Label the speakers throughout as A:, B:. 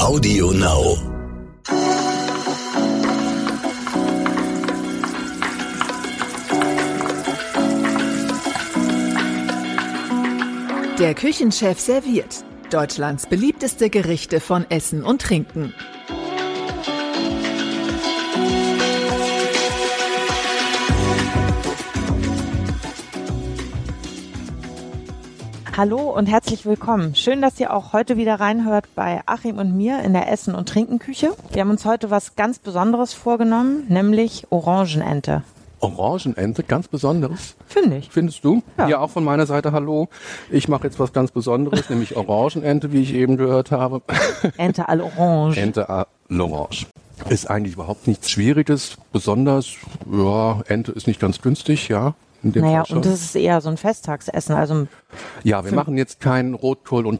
A: Audio Now.
B: Der Küchenchef serviert Deutschlands beliebteste Gerichte von Essen und Trinken.
C: Hallo und herzlich willkommen. Schön, dass ihr auch heute wieder reinhört bei Achim und mir in der Essen- und Trinkenküche. Wir haben uns heute was ganz Besonderes vorgenommen, nämlich Orangenente.
D: Orangenente, ganz besonderes.
C: Finde ich.
D: Findest du?
C: Ja.
D: Ja. auch von meiner Seite hallo. Ich mache jetzt was ganz Besonderes, nämlich Orangenente, wie ich eben gehört habe.
C: Ente à l'orange.
D: Ente à l'orange. Ist eigentlich überhaupt nichts Schwieriges, besonders, ja, Ente ist nicht ganz günstig, ja. In dem
C: Naja,
D: Fall schon.
C: und das ist eher so ein Festtagsessen. Also
D: ja, wir machen jetzt keinen Rotkohl und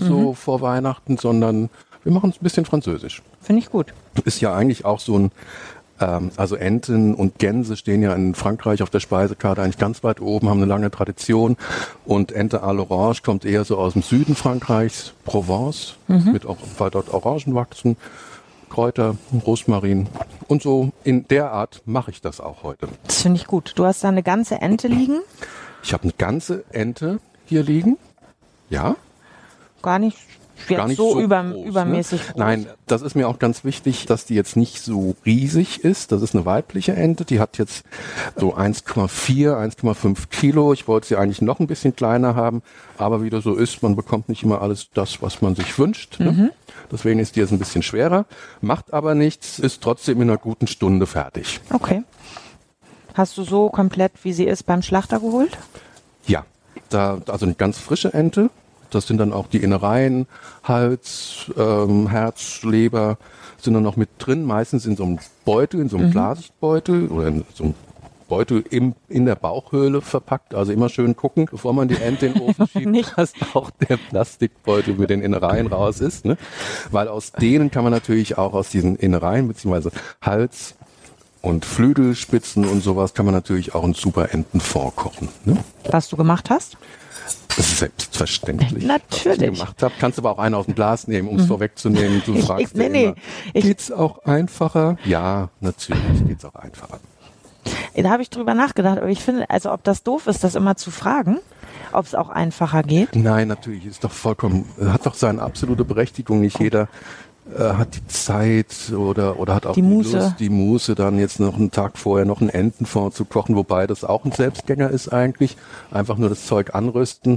C: Mhm.
D: so vor Weihnachten, sondern wir machen es ein bisschen französisch.
C: finde ich gut.
D: ist ja eigentlich auch so ein, ähm, also Enten und Gänse stehen ja in Frankreich auf der Speisekarte eigentlich ganz weit oben, haben eine lange Tradition. Und Ente à l'Orange kommt eher so aus dem Süden Frankreichs, Provence, mit auch, weil dort Orangen wachsen, Kräuter, Rosmarin. Und so in der Art mache ich das auch heute.
C: Das finde ich gut. Du hast da eine ganze Ente liegen.
D: Ich habe eine ganze Ente hier liegen. Ja,
C: Gar nicht, jetzt
D: gar nicht
C: so,
D: so,
C: über,
D: groß,
C: übermäßig
D: ne?
C: groß.
D: Nein, das ist mir auch ganz wichtig, dass die jetzt nicht so riesig ist. Das ist eine weibliche Ente, die hat jetzt so 1,4, 1,5 Kilo. Ich wollte sie eigentlich noch ein bisschen kleiner haben, aber wie das so ist, man bekommt nicht immer alles das, was man sich wünscht. Ne?
C: Mhm.
D: Deswegen ist die jetzt ein bisschen schwerer, macht aber nichts, ist trotzdem in einer guten Stunde fertig.
C: Okay. Hast du so komplett, wie sie ist, beim Schlachter geholt?
D: Ja, da, also eine ganz frische Ente. Das sind dann auch die Innereien, Hals, ähm, Herz, Leber sind dann noch mit drin, meistens in so einem Beutel, in so einem Glasbeutel oder in so einem Beutel im, in der Bauchhöhle verpackt. Also immer schön gucken, bevor man die Ente in den Ofen schiebt,
C: Nicht.
D: dass auch der Plastikbeutel mit den Innereien raus ist. Ne? Weil aus denen kann man natürlich auch aus diesen Innereien, beziehungsweise Hals und Flügelspitzen und sowas, kann man natürlich auch einen super Entenfond kochen. Ne?
C: Was du gemacht hast?
D: Selbstverständlich.
C: Natürlich. Mhm.
D: Was ich gemacht habe. Kannst aber auch einen aus dem Glas nehmen, um es vorwegzunehmen. Du
C: Ich-
D: fragst
C: ich- nee,
D: ja
C: nee.
D: immer,
C: Ich-
D: geht's auch einfacher? Ja, natürlich geht's auch einfacher.
C: Da habe ich drüber nachgedacht, aber ich finde, also ob das doof ist, das immer zu fragen, ob es auch einfacher geht.
D: Nein, natürlich ist doch vollkommen, hat doch seine absolute Berechtigung. Nicht jeder äh, hat die Zeit oder oder hat auch
C: Die Muße.
D: Lust, die Muße, dann jetzt noch einen Tag vorher noch einen Entenfond zu kochen, wobei das auch ein Selbstgänger ist eigentlich. Einfach nur das Zeug anrösten,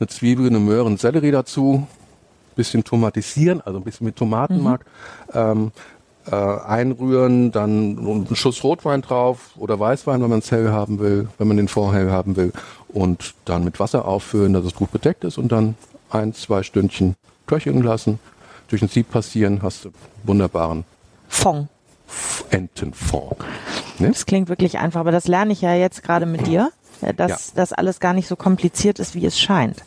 D: eine Zwiebel, eine Möhre, einen Sellerie dazu, bisschen tomatisieren, also ein bisschen
C: Mhm.
D: mit Tomatenmark. Ähm, äh, einrühren, dann einen Schuss Rotwein drauf oder Weißwein, wenn man es hell haben will, wenn man den Fond hell haben will und dann mit Wasser auffüllen, dass es gut bedeckt ist und dann ein, zwei Stündchen köcheln lassen, durch ein Sieb passieren, hast du wunderbaren
C: Fong.
D: Entenfond. Ne?
C: Das klingt wirklich einfach, aber das lerne ich ja jetzt gerade mit dir, äh, dass
D: Ja.
C: das alles gar nicht so kompliziert ist, wie es scheint.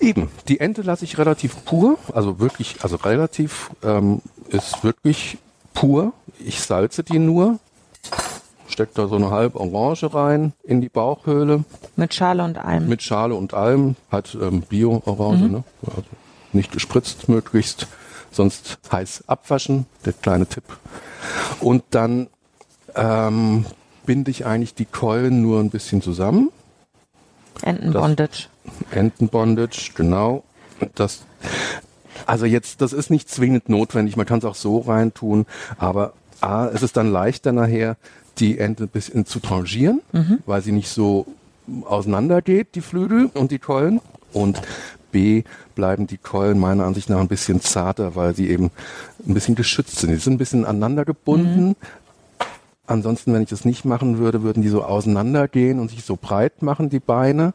D: Eben, die Ente lasse ich relativ pur, also wirklich, also relativ ähm, ist wirklich pur. Ich salze die nur, steck da so eine halbe Orange rein in die Bauchhöhle,
C: Mit Schale und allem.
D: mit Schale und allem, hat ähm, Bio-Orange, ne? also nicht gespritzt möglichst, sonst heiß abwaschen, der kleine Tipp. Und dann ähm, binde ich eigentlich die Keulen nur ein bisschen zusammen,
C: Entenbondage.
D: Entenbondage, genau. Das, also jetzt, das ist nicht zwingend notwendig, man kann es auch so reintun, aber A, es ist dann leichter nachher, die Ente ein bisschen zu trangieren, weil sie nicht so auseinandergeht, die Flügel und die Keulen. Und B, bleiben die Keulen meiner Ansicht nach ein bisschen zarter, weil sie eben ein bisschen geschützt sind. Die sind ein bisschen aneinander gebunden, Ansonsten, wenn ich das nicht machen würde, würden die so auseinandergehen und sich so breit machen, die Beine.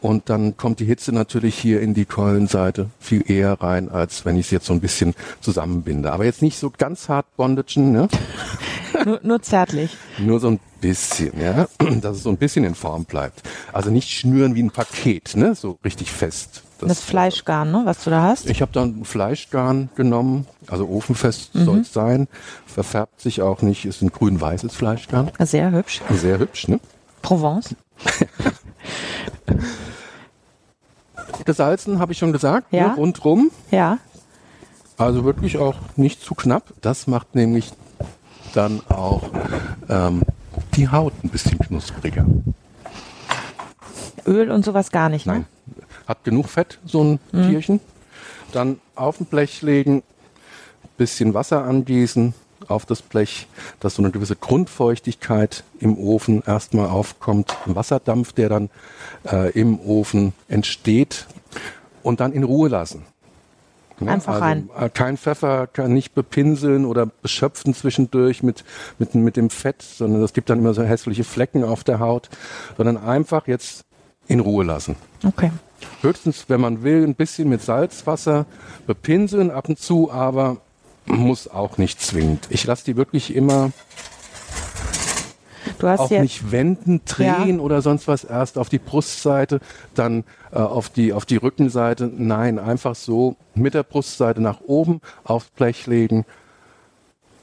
D: Und dann kommt die Hitze natürlich hier in die Keulenseite viel eher rein, als wenn ich es jetzt so ein bisschen zusammenbinde. Aber jetzt nicht so ganz hart bondagen, ne?
C: Nur, nur zärtlich.
D: nur so ein bisschen, ja? dass es so ein bisschen in Form bleibt. Also nicht schnüren wie ein Paket, ne? so richtig fest.
C: Das, Fleischgarn, ne, was du da hast.
D: Ich habe dann Fleischgarn genommen, also ofenfest
C: Mhm.
D: soll's sein, verfärbt sich auch nicht, ist ein grün-weißes Fleischgarn.
C: Sehr hübsch.
D: Sehr hübsch, ne?
C: Provence.
D: gesalzen, habe ich schon gesagt,
C: Ja.
D: ne, rundrum.
C: Ja.
D: Also wirklich auch nicht zu knapp. Das macht nämlich dann auch ähm, die Haut ein bisschen knuspriger.
C: Öl und sowas gar nicht,
D: Nein.
C: ne?
D: Hat genug Fett, so ein
C: Mhm.
D: Tierchen. Dann auf ein Blech legen, bisschen Wasser angießen auf das Blech, dass so eine gewisse Grundfeuchtigkeit im Ofen erstmal aufkommt. Ein Wasserdampf, der dann äh, im Ofen entsteht und dann in Ruhe lassen. Ne?
C: Einfach rein.
D: äh, Kein Pfeffer, kann nicht bepinseln oder beschöpfen zwischendurch mit, mit, mit dem Fett, sondern das gibt dann immer so hässliche Flecken auf der Haut, sondern einfach jetzt in Ruhe lassen.
C: Okay.
D: Höchstens, wenn man will, ein bisschen mit Salzwasser bepinseln ab und zu, aber muss auch nicht zwingend. Ich lasse die wirklich immer
C: Du hast
D: auch
C: jetzt
D: nicht wenden, drehen
C: Ja.
D: oder sonst was. Erst auf die Brustseite, dann äh, auf, die, auf die Rückenseite. Nein, einfach so mit der Brustseite nach oben aufs Blech legen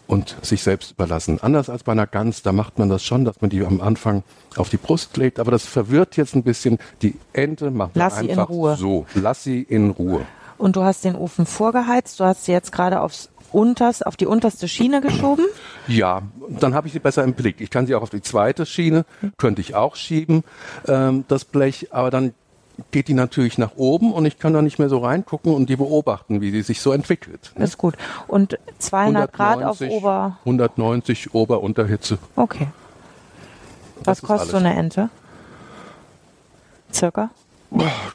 D: und sich selbst überlassen. Anders als bei einer Gans, da macht man das schon, dass man die am Anfang auf die Brust legt. Aber das verwirrt jetzt ein bisschen. Die Ente macht man
C: Lass sie in
D: einfach
C: Ruhe.
D: so. Lass sie in Ruhe.
C: und du hast den Ofen vorgeheizt, du hast sie jetzt gerade aufs unters, auf die unterste Schiene geschoben.
D: Ja, dann habe ich sie besser im Blick. Ich kann sie auch auf die zweite Schiene, könnte ich auch schieben, ähm, das Blech, aber dann geht die natürlich nach oben und ich kann da nicht mehr so reingucken und die beobachten, wie sie sich so entwickelt. ne?
C: Ist gut. Und 200 Grad auf Ober.
D: 190 Ober- Unterhitze.
C: Okay.
D: Das
C: Was
D: ist
C: kostet so
D: alles.
C: eine Ente? Circa?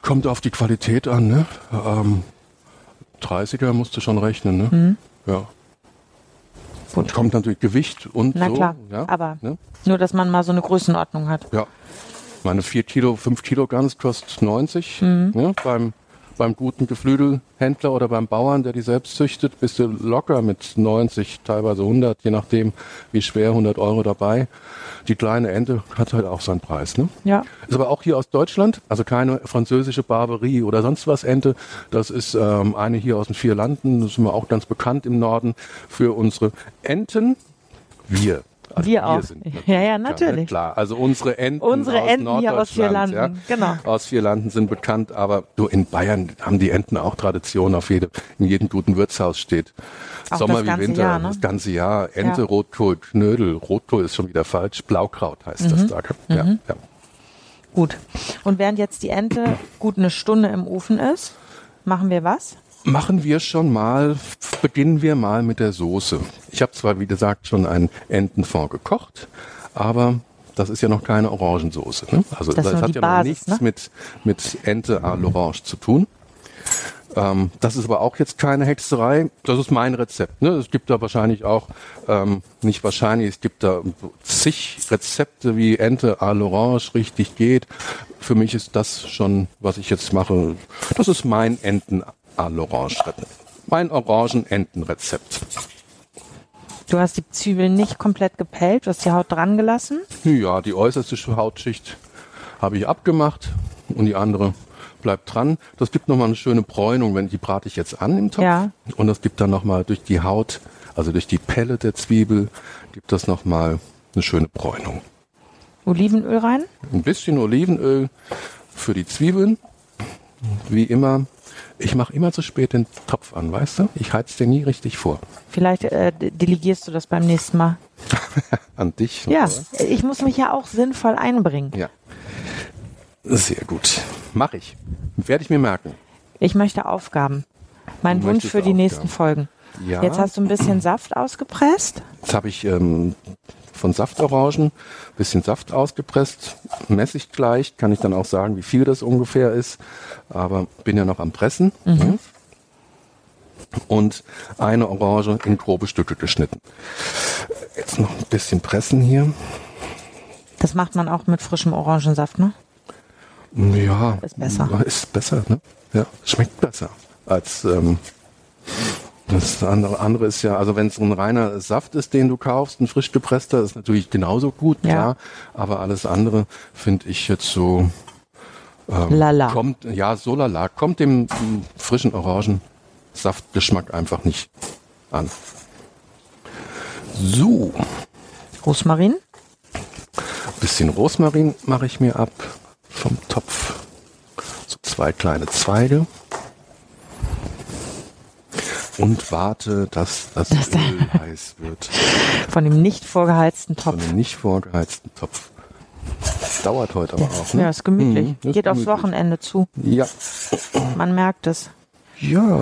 D: Kommt auf die Qualität an, ne? Ähm, 30er musst du schon rechnen, ne?
C: Mhm.
D: Ja.
C: Gut.
D: Kommt natürlich Gewicht und
C: Na
D: so.
C: klar,
D: ja,
C: aber
D: ne?
C: nur, dass man mal so eine Größenordnung hat.
D: Ja. Meine 4 Kilo, 5 Kilo Gans kostet 90. Ne? Beim, beim guten Geflügelhändler oder beim Bauern, der die selbst züchtet, bist du locker mit 90, teilweise 100, je nachdem, wie schwer, 100 Euro dabei. Die kleine Ente hat halt auch seinen Preis. Ne?
C: Ja.
D: Ist aber auch hier aus Deutschland, also keine französische Barberie oder sonst was Ente. Das ist ähm, eine hier aus den vier Landen. Das sind wir auch ganz bekannt im Norden für unsere Enten. Wir.
C: Wir auch. Ja, ja, natürlich.
D: Klar, also unsere Enten.
C: Unsere
D: aus
C: Enten hier aus vier
D: Norddeutschland,
C: Landen,
D: Ja.
C: genau.
D: Aus vier Landen sind bekannt, aber du in Bayern haben die Enten auch Tradition. Auf jede, in jedem guten Wirtshaus steht
C: Auch
D: Sommer
C: das
D: wie
C: ganze
D: Winter,
C: Jahr, ne?
D: das ganze Jahr. Ente,
C: Ja.
D: Rotkohl, Knödel. Rotkohl ist schon wieder falsch. Blaukraut heißt
C: Mhm.
D: das da. Ja, ja.
C: Gut. Und während jetzt die Ente gut eine Stunde im Ofen ist, machen wir was?
D: Machen wir schon mal, beginnen wir mal mit der Soße. Ich habe zwar, wie gesagt, schon einen Entenfond gekocht, aber das ist ja noch keine Orangensoße. Ne? Also
C: Das
D: das,
C: ist nur
D: hat
C: die
D: ja noch
C: Basis,
D: nichts
C: ne?
D: mit, mit Ente à l'Orange zu tun. Ähm, das ist aber auch jetzt keine Hexerei. Das ist mein Rezept. Ne? Es gibt da wahrscheinlich auch, ähm, nicht wahrscheinlich, es gibt da zig Rezepte, wie Ente à l'Orange richtig geht. Für mich ist das schon, was ich jetzt mache, das ist mein Enten à l'Orange Rezept. Mein Orangen-Enten-Rezept.
C: Du hast die Zwiebeln nicht komplett gepellt, du hast die Haut dran gelassen.
D: Ja, die äußerste Hautschicht habe ich abgemacht und die andere bleibt dran. Das gibt nochmal eine schöne Bräunung, wenn die brate ich jetzt an im Topf.
C: Ja.
D: Und das gibt dann nochmal durch die Haut, also durch die Pelle der Zwiebel, gibt das nochmal eine schöne Bräunung.
C: Olivenöl rein.
D: Ein bisschen Olivenöl für die Zwiebeln. Wie immer, ich mache immer zu spät den Topf an, weißt du? Ich heiz den nie richtig vor.
C: Vielleicht äh, de- delegierst du das beim nächsten Mal.
D: An dich.
C: Ja,
D: oder?
C: ich muss mich ja auch sinnvoll einbringen.
D: Ja. Sehr gut. Mache ich. Werde ich mir merken.
C: Ich möchte Aufgaben. Mein
D: Du
C: Wunsch
D: möchtest
C: für die
D: Aufgaben.
C: nächsten Folgen.
D: Ja.
C: Jetzt hast du ein bisschen Saft ausgepresst.
D: Jetzt habe ich ähm, von Saftorangen bisschen Saft ausgepresst, messe ich gleich, kann ich dann auch sagen, wie viel das ungefähr ist, aber bin ja noch am Pressen. ne? Und eine Orange in grobe Stücke geschnitten. Jetzt noch ein bisschen pressen hier.
C: Das macht man auch mit frischem Orangensaft, ne?
D: Ja,
C: Ist besser.
D: Ist besser, ne? Ja, schmeckt besser als ähm, das andere, andere ist ja, also wenn es ein reiner Saft ist, den du kaufst, ein frisch gepresster, ist natürlich genauso gut,
C: Ja.
D: klar. Aber alles andere finde ich jetzt so
C: Lala.
D: Ähm, kommt, ja, so lala, kommt dem mm, frischen Orangensaftgeschmack einfach nicht an. So,
C: Rosmarin.
D: bisschen Rosmarin mache ich mir ab vom Topf. So zwei kleine Zweige. und warte, dass das
C: Dass da-
D: Öl heiß wird
C: Von dem nicht vorgeheizten
D: von
C: Topf.
D: einem nicht vorgeheizten Topf. Das dauert heute aber auch. Ne?
C: Ja, ist gemütlich.
D: Mhm, ist
C: Geht aufs
D: gemütlich. Hm.
C: Wochenende zu.
D: Ja.
C: Man merkt es.
D: Ja.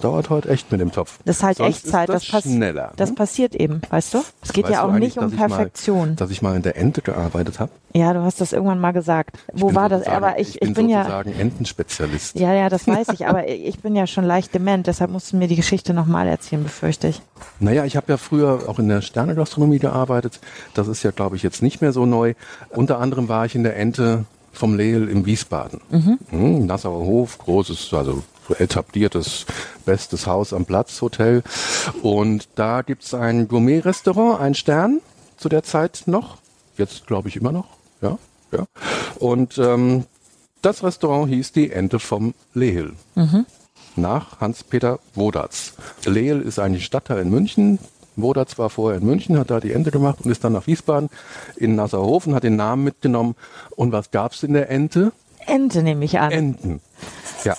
D: Dauert heute echt mit dem Topf.
C: Das ist halt
D: Sonst
C: Echtzeit.
D: Ist das,
C: das passt-
D: schneller.
C: Das
D: ne?
C: passiert eben, weißt du? Es geht
D: Weißt
C: ja
D: du
C: auch
D: eigentlich,
C: nicht um
D: dass ich mal-
C: Perfektion.
D: Dass ich mal in der Ente gearbeitet habe.
C: ja, du hast das irgendwann mal gesagt.
D: Ich
C: Wo
D: bin
C: war das?
D: sozusagen-
C: Aber ich, ich bin, ja.
D: sozusagen Entenspezialist.
C: Ja, ja, das weiß ich, aber ich bin ja schon leicht dement, deshalb musst du mir die Geschichte nochmal erzählen, befürchte ich.
D: Naja, ich habe ja früher auch in der Sternegastronomie gearbeitet. Das ist ja, glaube ich, jetzt nicht mehr so neu. Unter anderem war ich in der Ente vom Lehl im Wiesbaden. Mhm, Nassauer Hof, großes, also etabliertes, bestes Haus am Platz, Hotel. Und da gibt's ein Gourmet-Restaurant, ein Stern, zu der Zeit noch. Jetzt glaube ich immer noch, ja. ja. Und ähm, das Restaurant hieß die Ente vom Lehl nach Hans-Peter Wodatz. Lehl ist eigentlich Stadtteil in München. Wodatz war vorher in München, hat da die Ente gemacht und ist dann nach Wiesbaden in Nasserhofen, hat den Namen mitgenommen. Und was gab's in der Ente?
C: Ente nehme ich an.
D: Enten. Ja.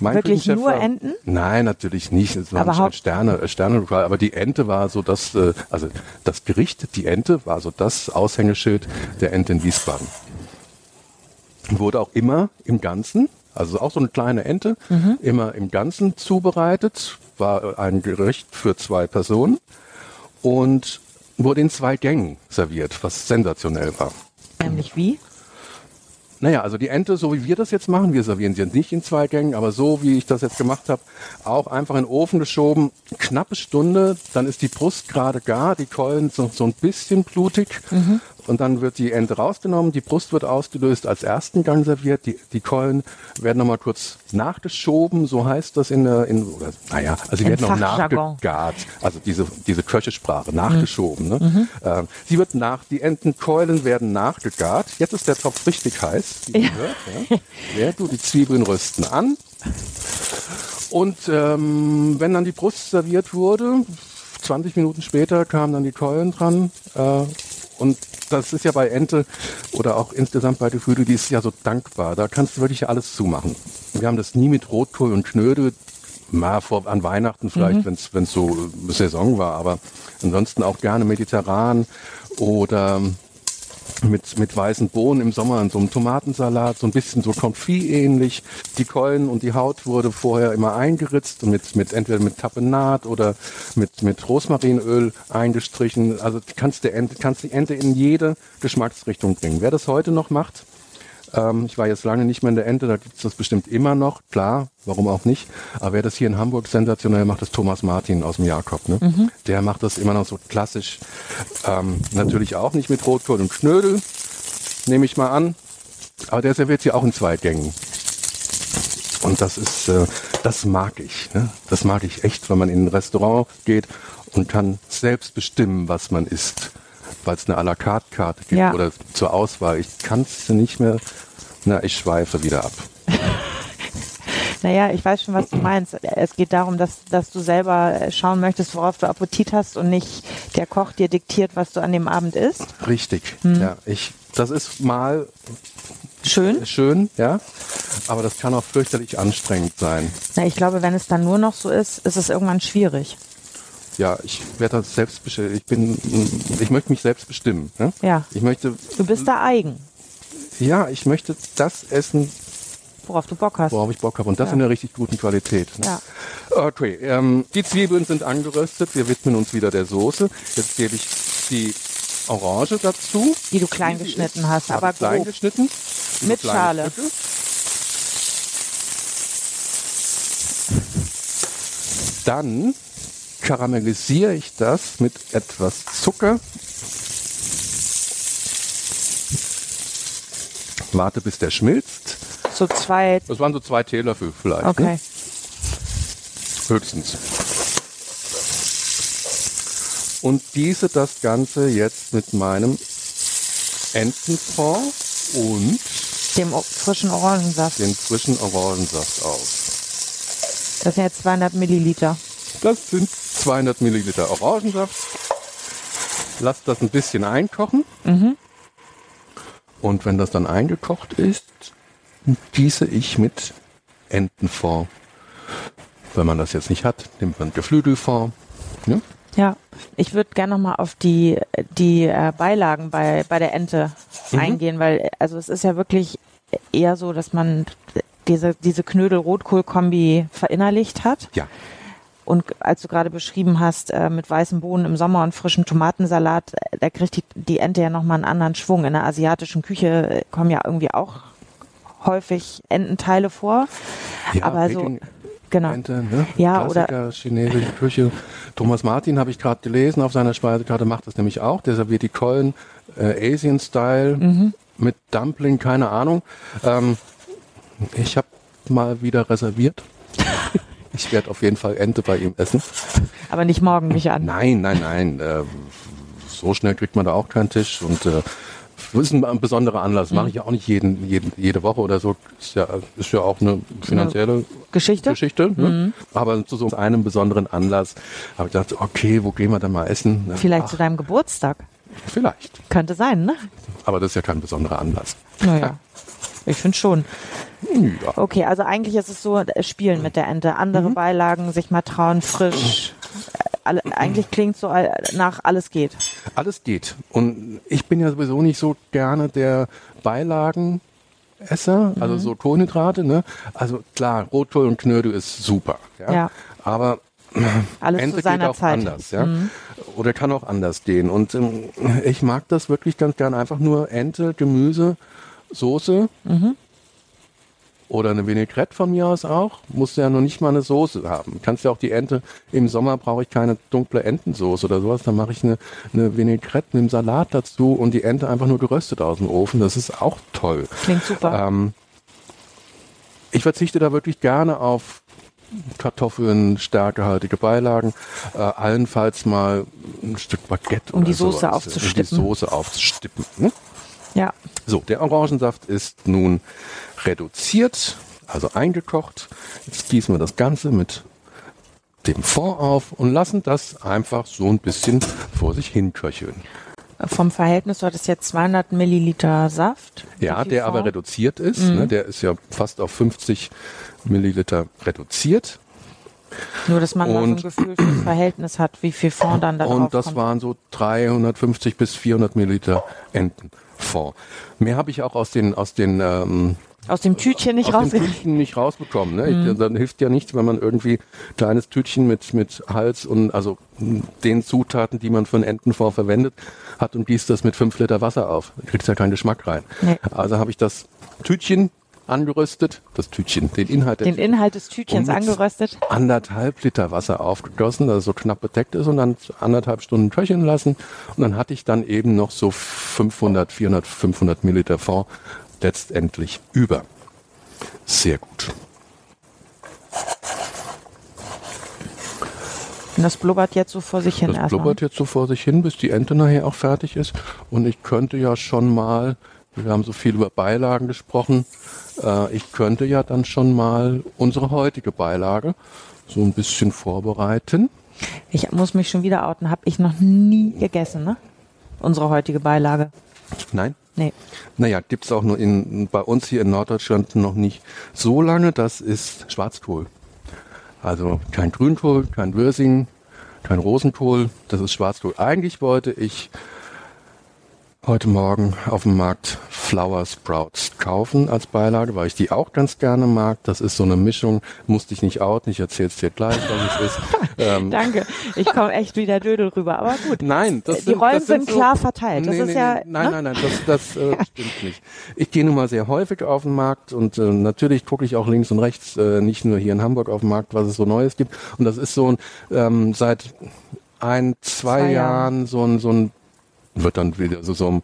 D: Mein
C: Wirklich
D: Küchenchef
C: nur
D: war-
C: Enten?
D: Nein, natürlich nicht. Es war
C: Aber
D: nicht ein
C: Haupt-
D: Sterne, äh, Sterne aber die Ente war so das, äh, also das Gericht, die Ente war so das Aushängeschild der Ente in Wiesbaden. Wurde auch immer im Ganzen, also auch so eine kleine Ente,
C: Mhm.
D: immer im Ganzen zubereitet, war äh, ein Gericht für zwei Personen und wurde in zwei Gängen serviert, was sensationell war.
C: Nämlich wie?
D: Naja, also die Ente, so wie wir das jetzt machen, wir servieren sie jetzt nicht in zwei Gängen, aber so wie ich das jetzt gemacht habe, auch einfach in den Ofen geschoben, knappe Stunde, dann ist die Brust gerade gar, die Keulen so, so ein bisschen blutig
C: Mhm.
D: und dann wird die Ente rausgenommen, die Brust wird ausgelöst, als ersten Gang serviert, die, die Keulen werden nochmal kurz nachgeschoben, so heißt das in der, in, oder, naja, also sie
C: Im
D: werden noch
C: Fachjargon.
D: nachgegart, also diese, diese Köchesprache, nachgeschoben. Ne? Ähm, sie wird nach, die Entenkeulen werden nachgegart, jetzt ist der Topf richtig heiß, wie ja. hört, ja. ja, du die Zwiebeln rösten an. Und ähm, wenn dann die Brust serviert wurde, 20 Minuten später kamen dann die Keulen dran. Äh, und das ist ja bei Ente oder auch insgesamt bei Geflügel, die ist ja so dankbar. Da kannst du wirklich alles zumachen. Wir haben das nie mit Rotkohl und Knödel. Mal vor, an Weihnachten vielleicht, wenn's wenn es so äh, Saison war, aber ansonsten auch gerne mediterran oder mit, mit weißen Bohnen im Sommer in so einem Tomatensalat, so ein bisschen so Confit ähnlich. Die Keulen und die Haut wurde vorher immer eingeritzt und mit, mit entweder mit Tapenat oder mit, mit Rosmarinöl eingestrichen. Also kannst, der Ente, kannst die Ente in jede Geschmacksrichtung bringen. Wer das heute noch macht, ähm, ich war jetzt lange nicht mehr in der Ente, da gibt's das bestimmt immer noch, klar, warum auch nicht. Aber wer das hier in Hamburg sensationell macht, ist Thomas Martin aus dem Jakob. Ne? Der macht das immer noch so klassisch. Ähm, natürlich auch nicht mit Rotkohl und Knödel, nehme ich mal an. Aber der serviert sie auch in zwei Gängen. Und das ist, äh, das mag ich. Ne? Das mag ich echt, wenn man in ein Restaurant geht und kann selbst bestimmen, was man isst, weil es eine à la carte Karte gibt
C: Ja.
D: oder zur Auswahl. Ich kann es nicht mehr. Na, ich schweife wieder ab.
C: Naja, ich weiß schon, was du meinst. Es geht darum, dass, dass du selber äh, schauen möchtest, worauf du Appetit hast und nicht der Koch dir diktiert, was du an dem Abend isst.
D: Richtig.
C: Hm.
D: Ja, ich. Das ist mal
C: Schön.
D: schön, ja, aber das kann auch fürchterlich anstrengend sein.
C: Na, ich glaube, wenn es dann nur noch so ist, ist es irgendwann schwierig.
D: Ja, ich werde das selbst bestimmen. Ich bin, ich möchte mich selbst bestimmen. Ne?
C: Ja.
D: Ich möchte,
C: Du bist da eigen,
D: ja, ich möchte das essen,
C: worauf du Bock hast.
D: worauf ich Bock habe. Und das in einer richtig guten Qualität. Ne?
C: Ja.
D: Okay, ähm, die Zwiebeln sind angeröstet. Wir widmen uns wieder der Soße. Jetzt gebe ich die Orange dazu.
C: Die du klein geschnitten hast,
D: Habe
C: aber
D: ich klein
C: grob.
D: geschnitten. Diese
C: Mit
D: kleinen
C: Schale.
D: Stücke. Dann karamellisiere ich das mit etwas Zucker. Warte, bis der schmilzt.
C: So zwei.
D: Das waren so zwei Teelöffel vielleicht. Ne?
C: Okay.
D: Höchstens. Und gieße das Ganze jetzt mit meinem Entenfond und
C: Dem o- frischen Orangensaft.
D: den frischen Orangensaft aus.
C: Das sind jetzt 200 Milliliter.
D: Das sind 200 Milliliter Orangensaft. Lasst das ein bisschen einkochen. Und wenn das dann eingekocht ist, gieße ich mit Entenfond wenn man das jetzt nicht hat, nimmt man Geflügelform. Ne?
C: Ja, ich würde gerne nochmal auf die, die äh, Beilagen bei, bei der Ente
D: Mhm.
C: eingehen, weil also es ist ja wirklich eher so, dass man diese, diese Knödel-Rotkohl-Kombi verinnerlicht hat.
D: Ja.
C: Und als du gerade beschrieben hast, äh, mit weißen Bohnen im Sommer und frischem Tomatensalat, äh, da kriegt die, die Ente ja nochmal einen anderen Schwung. In der asiatischen Küche äh, kommen ja irgendwie auch häufig Ententeile vor.
D: ja
C: Aber so,
D: Peking-
C: genau.
D: Ente, ne?
C: Ja, oder-
D: Klassiker, chinesische Küche. Thomas Martin habe ich gerade gelesen auf seiner Speisekarte, macht das nämlich auch. Der serviert die Keulen äh, Asian-Style
C: Mhm.
D: mit Dumpling, keine Ahnung. Ähm, ich habe mal wieder reserviert. Ich werde auf jeden Fall Ente bei ihm essen.
C: Aber nicht morgen, mich an.
D: Nein, nein, nein. Äh, so schnell kriegt man da auch keinen Tisch. Und äh, das ist ein besonderer Anlass. Mache
C: Mhm.
D: ich ja auch nicht jeden, jeden, jede Woche oder so. Ist ja, ist ja auch eine finanzielle
C: Geschichte? Mhm.
D: Geschichte. Ne? Aber zu so einem besonderen Anlass habe ich gedacht, okay, wo gehen wir dann mal essen? Ne?
C: Vielleicht
D: Ach,
C: zu deinem Geburtstag.
D: vielleicht.
C: Könnte sein, ne?
D: Aber das ist ja kein besonderer Anlass.
C: Naja. Ich finde schon.
D: Ja.
C: Okay, also eigentlich ist es so, äh, spielen mit der Ente. Andere Beilagen, sich mal trauen, frisch. Äh, Alle, eigentlich klingt so all- nach alles geht.
D: Alles geht. Und ich bin ja sowieso nicht so gerne der Beilagenesser, also so Kohlenhydrate. Ne? Also klar, Rotkohl und Knödel ist super. Ja.
C: Ja.
D: Aber
C: Alles
D: Ente
C: zu seiner
D: geht auch
C: Zeit. Mhm.
D: anders, ja. Oder kann auch anders gehen. Und ähm, ich mag das wirklich ganz gern. Einfach nur Ente, Gemüse, Soße
C: Mhm.
D: oder eine Vinaigrette von mir aus auch. Muss ja noch nicht mal eine Soße haben. Kannst ja auch die Ente, im Sommer brauche ich keine dunkle Entensoße oder sowas. Dann mache ich eine, eine Vinaigrette mit einem Salat dazu und die Ente einfach nur geröstet aus dem Ofen. Das ist auch toll.
C: Klingt super.
D: Ähm, ich verzichte da wirklich gerne auf Kartoffeln, stärkehaltige Beilagen, äh, allenfalls mal ein Stück Baguette
C: Um
D: oder
C: die Soße
D: sowas,
C: aufzustippen.
D: Um die Soße aufzustippen. Ne?
C: Ja.
D: So, der Orangensaft ist nun reduziert, also eingekocht. Jetzt gießen wir das Ganze mit dem Fond auf und lassen das einfach so ein bisschen vor sich hin köcheln.
C: Vom Verhältnis war das jetzt 200 Milliliter Saft. Wie
D: Ja,
C: viel
D: der aber
C: Fond? Mhm.
D: reduziert ist. Ne, der ist ja fast auf 50 Milliliter reduziert.
C: Nur, dass man da so ein
D: und-
C: Gefühl fürs Verhältnis hat, wie viel Fond dann da drauf
D: Und das
C: kommt.
D: waren so 350 bis 400 Milliliter Entenfond. Mehr habe ich auch aus den, aus den, ähm,
C: Aus dem Tütchen nicht
D: aus den
C: rausgekriegt. Mhm.
D: Tütchen nicht rausbekommen. Ne? Ich, dann hilft ja nichts, wenn man irgendwie kleines Tütchen mit, mit Hals und also mh, den Zutaten, die man für einen Entenfond verwendet hat und gießt das mit 5 Liter Wasser auf. Da kriegst ja keinen Geschmack rein.
C: Nee.
D: Also habe ich das Tütchen angeröstet, das Tütchen, den Inhalt der
C: Den Inhalt des Tütchens
D: Und mit-
C: angeröstet.
D: anderthalb Liter Wasser aufgegossen, dass es so knapp bedeckt ist und dann anderthalb Stunden köcheln lassen. Und dann hatte ich dann eben noch so 500, 400, 500 Milliliter Fond letztendlich über. Sehr gut.
C: Und das blubbert jetzt so vor sich hin
D: Das
C: erstmal.
D: blubbert jetzt so vor sich hin, bis die Ente nachher auch fertig ist. Und ich könnte ja schon mal, wir haben so viel über Beilagen gesprochen, äh, ich könnte ja dann schon mal unsere heutige Beilage so ein bisschen vorbereiten.
C: Ich muss mich schon wieder outen. Habe ich noch nie gegessen, ne? Unsere heutige Beilage.
D: Nein?
C: Nee.
D: Naja, gibt's auch nur in, bei uns hier in Norddeutschland noch nicht so lange. Das ist Schwarzkohl. Also kein Grünkohl, kein Würsing, kein Rosenkohl. Das ist Schwarzkohl. Eigentlich wollte ich heute Morgen auf dem Markt Flower Sprouts kaufen als Beilage, weil ich die auch ganz gerne mag. Das ist so eine Mischung. Musste ich nicht outen. Ich erzähl's dir gleich, was es ist. Ähm,
C: Danke. Ich komme echt wie der Dödel rüber, aber gut.
D: Nein, das
C: Äh, Die
D: sind,
C: Rollen
D: das sind
C: sind
D: so,
C: klar verteilt. Das ist ja- ne?
D: nein, nein, nein, das, das äh, stimmt nicht. Ich gehe nun mal sehr häufig auf den Markt und äh, natürlich gucke ich auch links und rechts, äh, nicht nur hier in Hamburg auf den Markt, was es so Neues gibt. Und das ist so ein ähm, seit ein,
C: Zwei
D: zwei,
C: Jahren.
D: Jahren so ein, so ein wird dann wieder so, so ein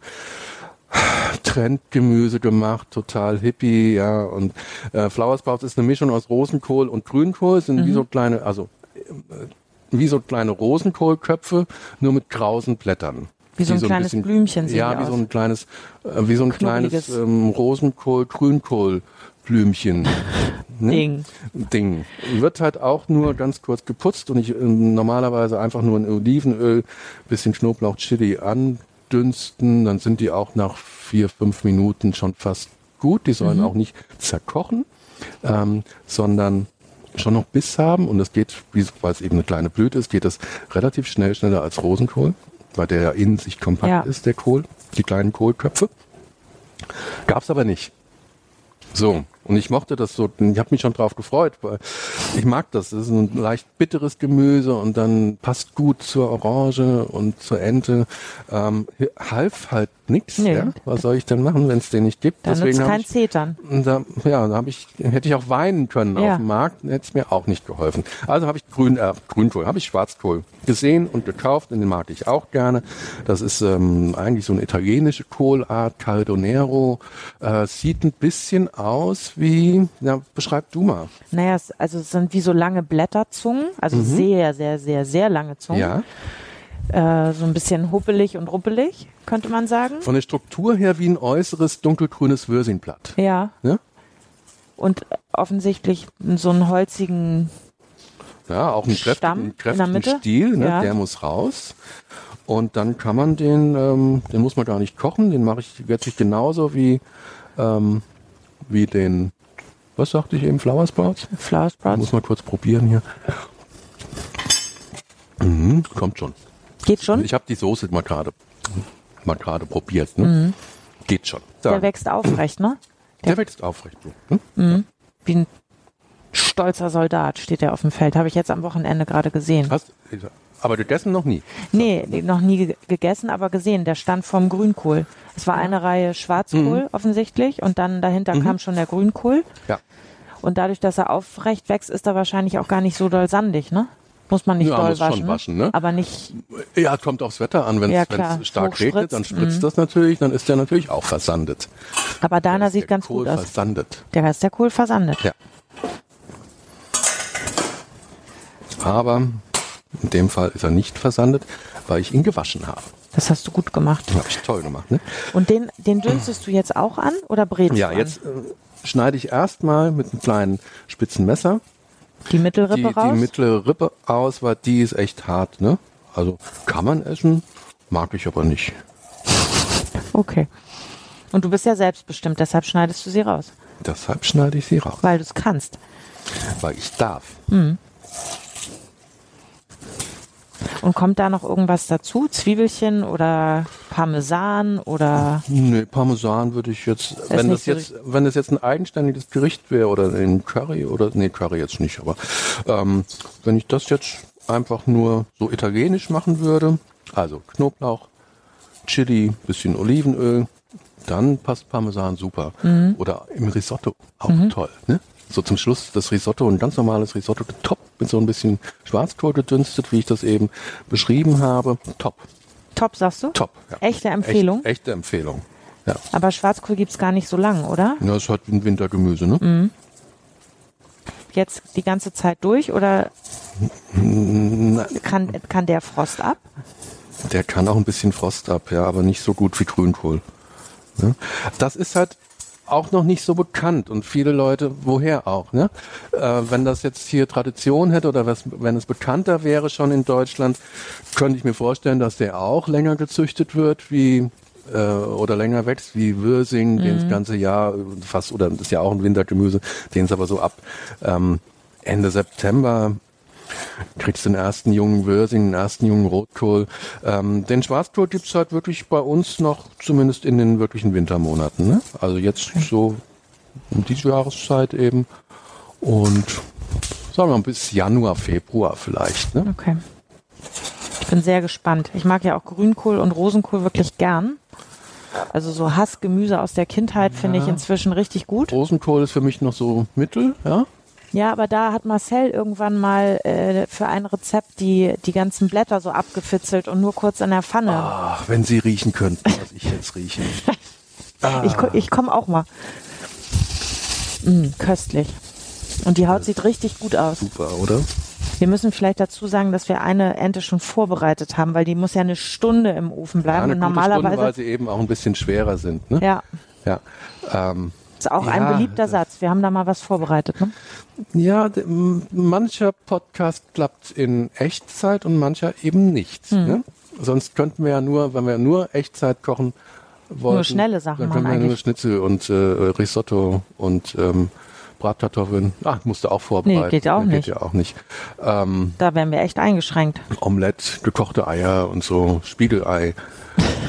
D: Trendgemüse gemacht, total hippie, ja. Und äh, Flowersprouts ist eine Mischung aus Rosenkohl und Grünkohl, sind
C: Mhm.
D: wie so kleine, also äh, wie so kleine Rosenkohlköpfe, nur mit krausen Blättern.
C: Wie so
D: Die
C: ein kleines Blümchen sehen
D: Ja,
C: die
D: wie so
C: aus.
D: ein kleines, äh, wie so ein kleines
C: Knubbeliges.
D: ähm, Rosenkohl, Grünkohl. Blümchen. ne?
C: Ding.
D: Ding. Wird halt auch nur ganz kurz geputzt und ich ähm, normalerweise einfach nur in Olivenöl, bisschen Knoblauch, Chili andünsten. Dann sind die auch nach vier, fünf Minuten schon fast gut. Die sollen auch nicht zerkochen, ähm, sondern schon noch Biss haben und es geht, wie- weil es eben eine kleine Blüte ist, geht es relativ schnell schneller als Rosenkohl, weil der ja in sich kompakt
C: Ja.
D: ist, der Kohl, die kleinen Kohlköpfe. Gab's aber nicht. So, und ich mochte das so, ich habe mich schon drauf gefreut, weil ich mag das. Das ist ein leicht bitteres Gemüse und dann passt gut zur Orange und zur Ente. Ähm, half halt nix,
C: Nee.
D: ja? Was soll ich denn machen, wenn es den nicht gibt?
C: Dann nutzt
D: hab
C: kein
D: ich-
C: Zetern.
D: und da, ja, da hab ich, hätte ich auch weinen können
C: Ja.
D: auf dem Markt, hätte es mir auch nicht geholfen. Also habe ich Grün, äh, Grünkohl, habe ich Schwarzkohl gesehen und gekauft, und den mag ich auch gerne. Das ist ähm, eigentlich so eine italienische Kohlart, Caldonero. Äh, sieht ein bisschen aus wie, ja, beschreib du mal.
C: Naja, es, also es sind wie so lange Blätterzungen, also sehr, sehr, sehr, sehr lange Zungen.
D: Mhm. Ja.
C: Äh, so ein bisschen huppelig und ruppelig, könnte man sagen.
D: Von der Struktur her wie ein äußeres dunkelgrünes Würsinblatt.
C: Ja.
D: Ja?
C: Und offensichtlich so einen holzigen,
D: Ja, auch einen
C: Stamm
D: kräftigen,
C: in der
D: kräftigen
C: Mitte?
D: Stiel, ne?
C: Ja.
D: der muss raus. Und dann kann man den, ähm, den muss man gar nicht kochen, den mache ich letztlich genauso wie, ähm, wie den, was sagte ich eben, Flower Sprouts?
C: Flower
D: Muss
C: Sprouts.
D: mal kurz probieren hier. Mhm, kommt schon.
C: Geht schon?
D: Ich habe die Soße mal gerade mal gerade probiert. Ne? Geht schon.
C: Mhm. Der Mhm.
D: Sagen.
C: wächst aufrecht, ne?
D: der wächst aufrecht. so, Ne?
C: Wie ein stolzer Soldat steht er auf dem Feld. Habe ich jetzt am Wochenende gerade gesehen.
D: Hast, aber gegessen noch nie.
C: Nee, nee, noch nie ge- gegessen, aber gesehen. Der stand vorm Grünkohl. Es war eine Reihe
D: Mhm.
C: Schwarzkohl offensichtlich und dann dahinter kam schon der Grünkohl.
D: Ja.
C: Und dadurch, dass er aufrecht wächst, ist er wahrscheinlich auch gar nicht so doll sandig, ne? Muss man nicht
D: Ja,
C: doll
D: muss schon
C: waschen.
D: waschen, ne?
C: Aber nicht,
D: Ja, kommt aufs Wetter an. Wenn
C: Ja,
D: es
C: klar.
D: stark
C: Hochspritzt. Mhm.
D: regnet, dann spritzt das natürlich, dann ist der natürlich auch versandet.
C: aber deiner
D: Ist
C: sieht
D: der
C: ganz
D: Kohl
C: gut aus.
D: versandet.
C: Der ist der Kohl versandet.
D: Ja. Aber in dem Fall ist er nicht versandet, weil ich ihn gewaschen habe.
C: Das hast du gut gemacht.
D: Habe ich toll gemacht. Ne?
C: Und den, den dünstest du jetzt auch an oder brätst
D: Ja,
C: du
D: jetzt äh, schneide ich erstmal mit einem kleinen spitzen Messer
C: an? die Mittelrippe
D: die,
C: raus?
D: die mittlere Rippe aus, weil die ist echt hart. Ne? Also kann man essen, mag ich aber nicht.
C: okay. Und du bist ja selbstbestimmt, deshalb schneidest du sie raus,
D: Deshalb schneide ich sie raus,
C: weil du es kannst.
D: weil ich darf.
C: Und kommt da noch irgendwas dazu? Zwiebelchen oder Parmesan oder
D: Nee, Parmesan würde ich jetzt, wenn
C: nicht
D: das
C: so
D: jetzt, wenn das jetzt ein eigenständiges Gericht wäre oder ein Curry oder, nee, Curry jetzt nicht, aber ähm, wenn ich das jetzt einfach nur so italienisch machen würde, also Knoblauch, Chili, bisschen Olivenöl, dann passt Parmesan super.
C: Mhm.
D: Oder im Risotto, auch toll. Ne? So zum Schluss das Risotto, ein ganz normales Risotto, getoppt mit so ein bisschen Schwarzkohl gedünstet, wie ich das eben beschrieben habe. Top,
C: Top, sagst du?
D: top. ja.
C: Echte Empfehlung.
D: Echt, echte Empfehlung. Ja.
C: Aber Schwarzkohl gibt's gar nicht so lang, oder?
D: Ja, ist halt ein Wintergemüse, ne?
C: Jetzt die ganze Zeit durch oder kann, kann der Frost ab?
D: Der kann auch ein bisschen Frost ab, ja, aber nicht so gut wie Grünkohl. Ne? Das ist halt auch noch nicht so bekannt und viele Leute, woher auch, ne? Äh, wenn das jetzt hier Tradition hätte oder was, wenn es bekannter wäre schon in Deutschland, könnte ich mir vorstellen, dass der auch länger gezüchtet wird wie äh, oder länger wächst wie Würsing, den das ganze Jahr äh, fast oder das ist ja auch ein Wintergemüse, den es aber so ab ähm, Ende September kriegst den ersten jungen Würsing, den ersten jungen Rotkohl. Ähm, den Schwarzkohl gibt's halt wirklich bei uns noch, zumindest in den wirklichen Wintermonaten. Ne? Also jetzt so um diese Jahreszeit eben. Und sagen wir mal bis Januar, Februar vielleicht. Ne?
C: Okay. Ich bin sehr gespannt. Ich mag ja auch Grünkohl und Rosenkohl wirklich gern. Also so Hassgemüse aus der Kindheit finde ich inzwischen richtig gut.
D: Rosenkohl ist für mich noch so mittel, ja.
C: Ja, aber da hat Marcel irgendwann mal äh, für ein Rezept die, die ganzen Blätter so abgefitzelt und nur kurz in der Pfanne
D: Ach, wenn Sie riechen könnten, was ich jetzt rieche. Ah.
C: Ich, ko- ich komme auch mal. Mm, köstlich. Und die Haut sieht richtig gut aus.
D: Super, oder?
C: Wir müssen vielleicht dazu sagen, dass wir eine Ente schon vorbereitet haben, weil die muss ja eine Stunde im Ofen
D: Ja,
C: bleiben.
D: eine
C: und
D: gute Stunde, weil
C: normalerweise
D: sie eben auch ein bisschen schwerer sind. Ne?
C: ja,
D: ja. Ähm,
C: ist auch ein
D: Ja,
C: beliebter
D: das-
C: Satz. Wir haben da mal was vorbereitet. Ne?
D: Ja, d- m- mancher Podcast klappt in Echtzeit und mancher eben nicht.
C: Hm.
D: Ne? Sonst könnten wir ja nur, wenn wir nur Echtzeit kochen wollten,
C: schnelle Sachen
D: dann
C: machen
D: können wir ja nur
C: eigentlich.
D: Schnitzel und äh, Risotto und ähm, Bratkartoffeln, ah, musst du auch vorbereiten.
C: Nee, geht ja auch
D: Geht
C: nicht.
D: ja auch nicht. Ähm,
C: Da wären wir echt eingeschränkt.
D: Omelette, gekochte Eier und so, Spiegelei.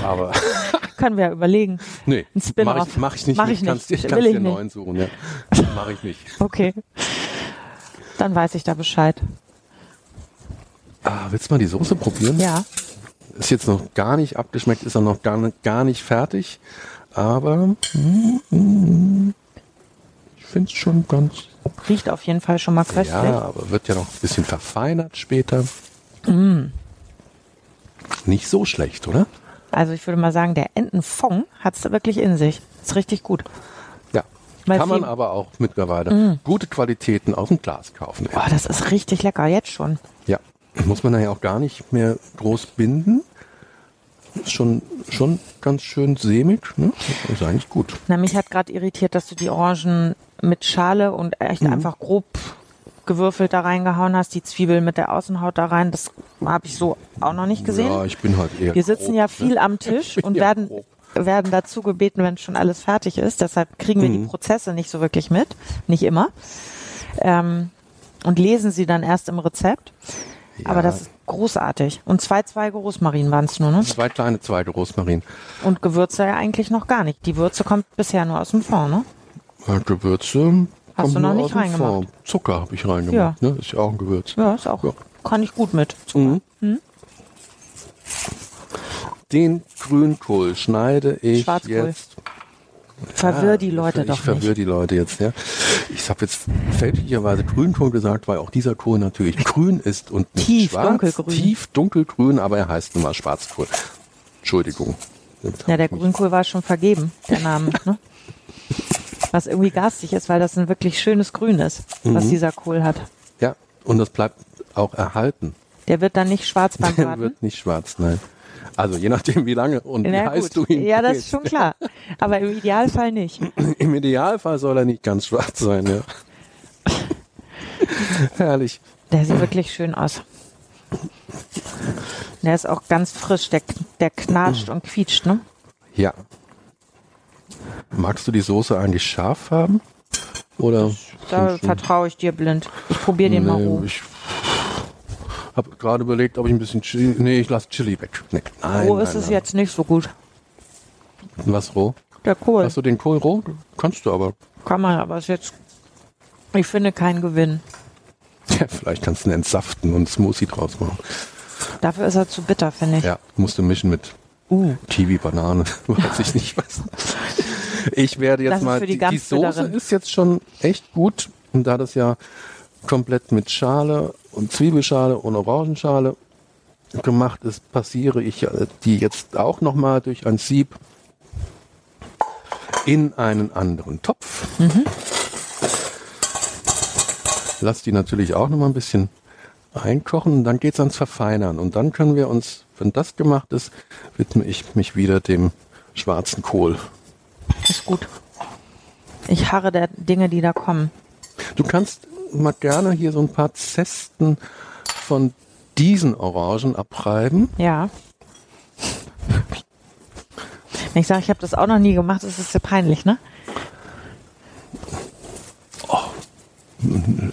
D: Aber
C: Können wir ja überlegen.
D: nee,
C: Ein Spin-off.
D: mach ich, mach ich nicht.
C: Mach ich
D: mit. Kannst,
C: nicht. Will
D: dir- kannst
C: ich
D: dir einen
C: nicht.
D: neuen suchen. Ja. Mach ich nicht.
C: Okay. Dann weiß ich da Bescheid.
D: Ah, willst du mal die Soße probieren?
C: Ja.
D: Ist jetzt noch gar nicht abgeschmeckt, ist auch noch gar, nicht- gar nicht fertig. Aber hm, ich finde es schon ganz.
C: Riecht auf jeden Fall schon mal köstlich.
D: Ja, aber wird ja noch ein bisschen verfeinert später.
C: Mm.
D: Nicht so schlecht, oder?
C: Also ich würde mal sagen, der Entenfond hat's da wirklich in sich. Ist richtig gut.
D: Ja.
C: Weil
D: Kann man
C: viel-
D: aber auch mittlerweile
C: Mm.
D: gute Qualitäten aus dem Glas kaufen.
C: Boah, Oh, das ist richtig lecker, jetzt schon.
D: Ja, muss man nachher auch gar nicht mehr groß binden. Ist schon, schon ganz schön sämig. Ne? Ist eigentlich gut.
C: Na, mich hat gerade irritiert, dass du die Orangen mit Schale und echt
D: Mhm.
C: einfach grob gewürfelt da reingehauen hast, die Zwiebel mit der Außenhaut da rein. Das habe ich so auch noch nicht gesehen.
D: Ja, ich bin halt eher.
C: Wir sitzen
D: grob,
C: ja
D: ne?
C: viel am Tisch und
D: Ja,
C: werden,
D: grob.
C: werden dazu gebeten, wenn schon alles fertig ist. Deshalb kriegen wir
D: Mhm.
C: die Prozesse nicht so wirklich mit. Nicht immer. Ähm, und lesen sie dann erst im Rezept.
D: Ja.
C: Aber das ist großartig. Und zwei Zweige Rosmarin waren es nur, ne?
D: Zwei kleine Zweige Rosmarin.
C: Und Gewürze ja eigentlich noch gar nicht. Die Würze kommt bisher nur aus dem Fond, ne?
D: Äh, Gewürze.
C: Hast
D: kommt
C: du noch
D: nur
C: nicht
D: aus dem
C: reingemacht?
D: Fond. Zucker habe ich reingemacht. Ne? Ist ja auch ein Gewürz. Mhm.
C: Ja, Mhm. ist auch.
D: Ja.
C: Kann ich gut mit.
D: Den Grünkohl schneide ich
C: Schwarzkohl.
D: jetzt.
C: Verwirr die
D: Ah,
C: Leute
D: ich
C: doch
D: verwirr
C: nicht.
D: die Leute jetzt, ja. Ich habe jetzt fälschlicherweise Grünkohl gesagt, weil auch dieser Kohl natürlich grün ist und nicht
C: Tief
D: schwarz.
C: dunkelgrün.
D: Tief dunkelgrün, aber er heißt nun mal Schwarzkohl. Entschuldigung.
C: Ja, der Grünkohl war schon vergeben, der Name. Ne? Was irgendwie garstig ist, weil das ein wirklich schönes Grün ist,
D: Mhm.
C: was dieser Kohl hat.
D: Ja, und das bleibt auch erhalten.
C: Der wird dann nicht schwarz beim
D: Er
C: Braten.
D: wird nicht schwarz, nein. Also je nachdem, wie lange und wie
C: Na
D: heiß
C: gut.
D: du ihn
C: ja, das ist
D: drehst.
C: schon klar. Aber im Idealfall nicht.
D: Im Idealfall soll er nicht ganz schwarz sein, ja. Herrlich.
C: Der sieht wirklich schön aus. Der ist auch ganz frisch, der, der knatscht
D: Mhm.
C: und quietscht, ne?
D: Ja. Magst du die Soße eigentlich scharf haben? Oder?
C: Da vertraue ich dir blind. Ich probiere den mal roh.
D: ich habe gerade überlegt, ob ich ein bisschen Chili. Nee, ich lasse Chili weg. Nee. Nein,
C: Roh
D: nein,
C: ist es
D: nein.
C: jetzt nicht so gut.
D: Was roh?
C: Der Kohl
D: Hast du den Kohl roh? Kannst du aber.
C: kann man, aber ist jetzt, ich finde, kein Gewinn.
D: Ja, vielleicht kannst du ihn entsaften und einen Smoothie draus machen.
C: Dafür ist er zu bitter, finde ich.
D: Ja, musst du mischen mit
C: Uh.
D: Kiwi, Banane, weiß ich nicht was. Ich werde jetzt
C: Das ist
D: mal,
C: für die
D: die, die Soße
C: Ganzbilderin.
D: ist jetzt schon echt gut und da das ja komplett mit Schale und Zwiebelschale und Orangenschale gemacht ist, passiere ich äh, die jetzt auch nochmal durch ein Sieb in einen anderen Topf.
C: Mhm.
D: Lass die natürlich auch nochmal ein bisschen einkochen und dann geht's ans Verfeinern. Und dann können wir uns, wenn das gemacht ist, widme ich mich wieder dem schwarzen Kohl.
C: Ist gut. Ich harre der Dinge, die da kommen.
D: Du kannst mal gerne hier so ein paar Zesten von diesen Orangen abreiben.
C: Ja. Wenn ich sage, ich habe das auch noch nie gemacht, ist es ja peinlich, ne?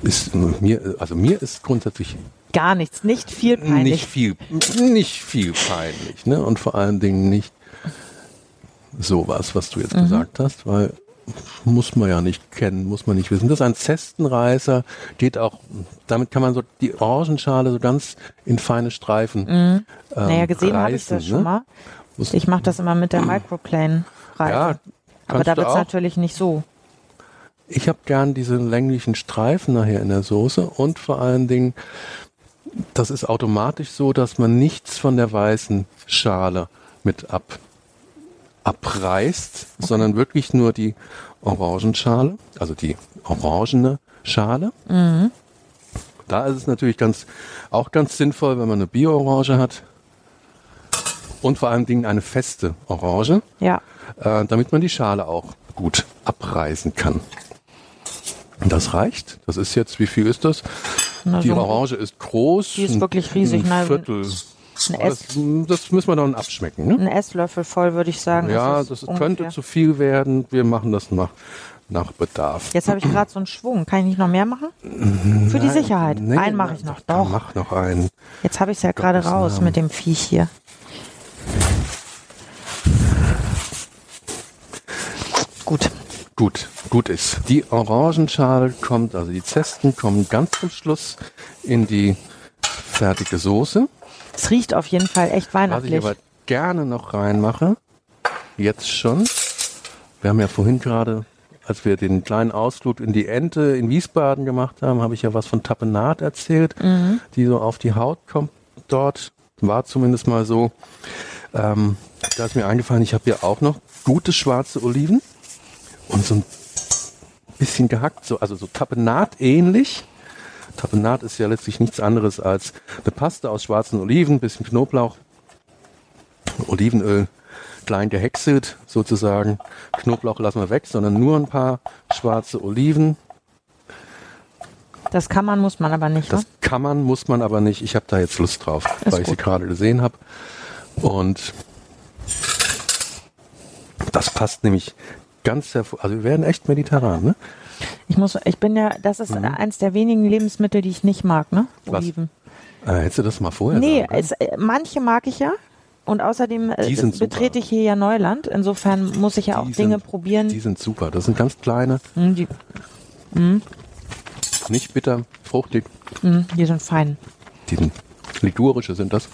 D: Ist mir, also mir ist grundsätzlich
C: Gar nichts, nicht viel peinlich.
D: nicht viel, nicht viel peinlich, ne? Und vor allen Dingen nicht sowas, was du jetzt
C: Mhm.
D: gesagt hast, weil muss man ja nicht kennen, muss man nicht wissen. Das ist ein Zestenreißer, geht auch, damit kann man so die Orangenschale so ganz in feine Streifen. Mhm. Ähm,
C: naja, gesehen habe ich
D: reißen,
C: das schon
D: ne?
C: mal.
D: Muss-
C: Ich mache das immer mit der Microplane rein.
D: Ja,
C: Aber
D: kannst
C: da
D: du
C: wird es
D: auch.
C: natürlich nicht so.
D: Ich habe gern diese länglichen Streifen nachher in der Soße und vor allen Dingen, das ist automatisch so, dass man nichts von der weißen Schale mit ab, abreißt, sondern wirklich nur die Orangenschale, also die orangene Schale. Da ist es natürlich ganz, auch ganz sinnvoll, wenn man eine Bio-Orange hat und vor allen Dingen eine feste Orange
C: Ja.
D: äh, damit man die Schale auch gut abreißen kann. Das reicht. Das ist jetzt, wie viel ist das?
C: Na,
D: die
C: so-
D: Orange ist groß.
C: Die ist
D: ein-
C: wirklich riesig,
D: Ein
C: ne?
D: Viertel.
C: Ein,
D: Das,
C: Ess,
D: das müssen wir dann abschmecken. Ne?
C: ein Esslöffel voll, würde ich sagen.
D: Ja,
C: ist
D: das
C: ungefähr.
D: könnte zu viel werden. Wir machen das nach nach Bedarf.
C: Jetzt habe ich gerade so einen Schwung. Kann ich nicht noch mehr machen? Für die
D: Nein,
C: Sicherheit.
D: nee,
C: einen mache
D: nein,
C: ich noch.
D: Dann
C: Doch.
D: Mach noch einen.
C: Jetzt habe ich es ja gerade
D: Gottes
C: raus
D: Namen.
C: mit dem Viech hier. Gut.
D: Gut, gut ist. Die Orangenschale kommt, also die Zesten kommen ganz zum Schluss in die fertige Soße.
C: Es riecht auf jeden Fall echt
D: Was ich
C: weihnachtlich.
D: aber gerne noch reinmache, jetzt schon. Wir haben ja vorhin gerade, als wir den kleinen Ausflug in die Ente in Wiesbaden gemacht haben, habe ich ja was von Tapenat erzählt, die so auf die Haut kommt dort. War zumindest mal so. Ähm, da ist mir eingefallen, ich habe hier auch noch gute schwarze Oliven und so ein bisschen gehackt, so, also so Tapenat ähnlich. Tapenat ist ja letztlich nichts anderes als eine Paste aus schwarzen Oliven, bisschen Knoblauch, Olivenöl klein gehäckselt sozusagen. Knoblauch lassen wir weg, sondern nur ein paar schwarze Oliven.
C: Das kann man, muss man aber nicht.
D: Das
C: ne?
D: kann man, muss man aber nicht. Ich habe da jetzt Lust drauf, weil ich sie
C: gut.
D: gerade gesehen habe. Und das passt nämlich ganz hervor. Also wir werden echt mediterran, ne?
C: Ich muss, ich bin ja, das ist eins der wenigen Lebensmittel, die ich nicht mag, ne?
D: Mhm. Was?
C: Oliven.
D: Äh, hättest du das mal vorher
C: Nee,
D: sagen können?
C: es, äh, manche mag ich ja. Und außerdem äh,
D: Die sind super.
C: betrete ich hier ja Neuland. Insofern muss ich ja auch
D: Die
C: Dinge
D: sind-
C: probieren.
D: Die sind super. Das sind ganz kleine,
C: Hm, die,
D: nicht bitter, fruchtig.
C: hm, die sind fein.
D: Die sind ligurische sind das.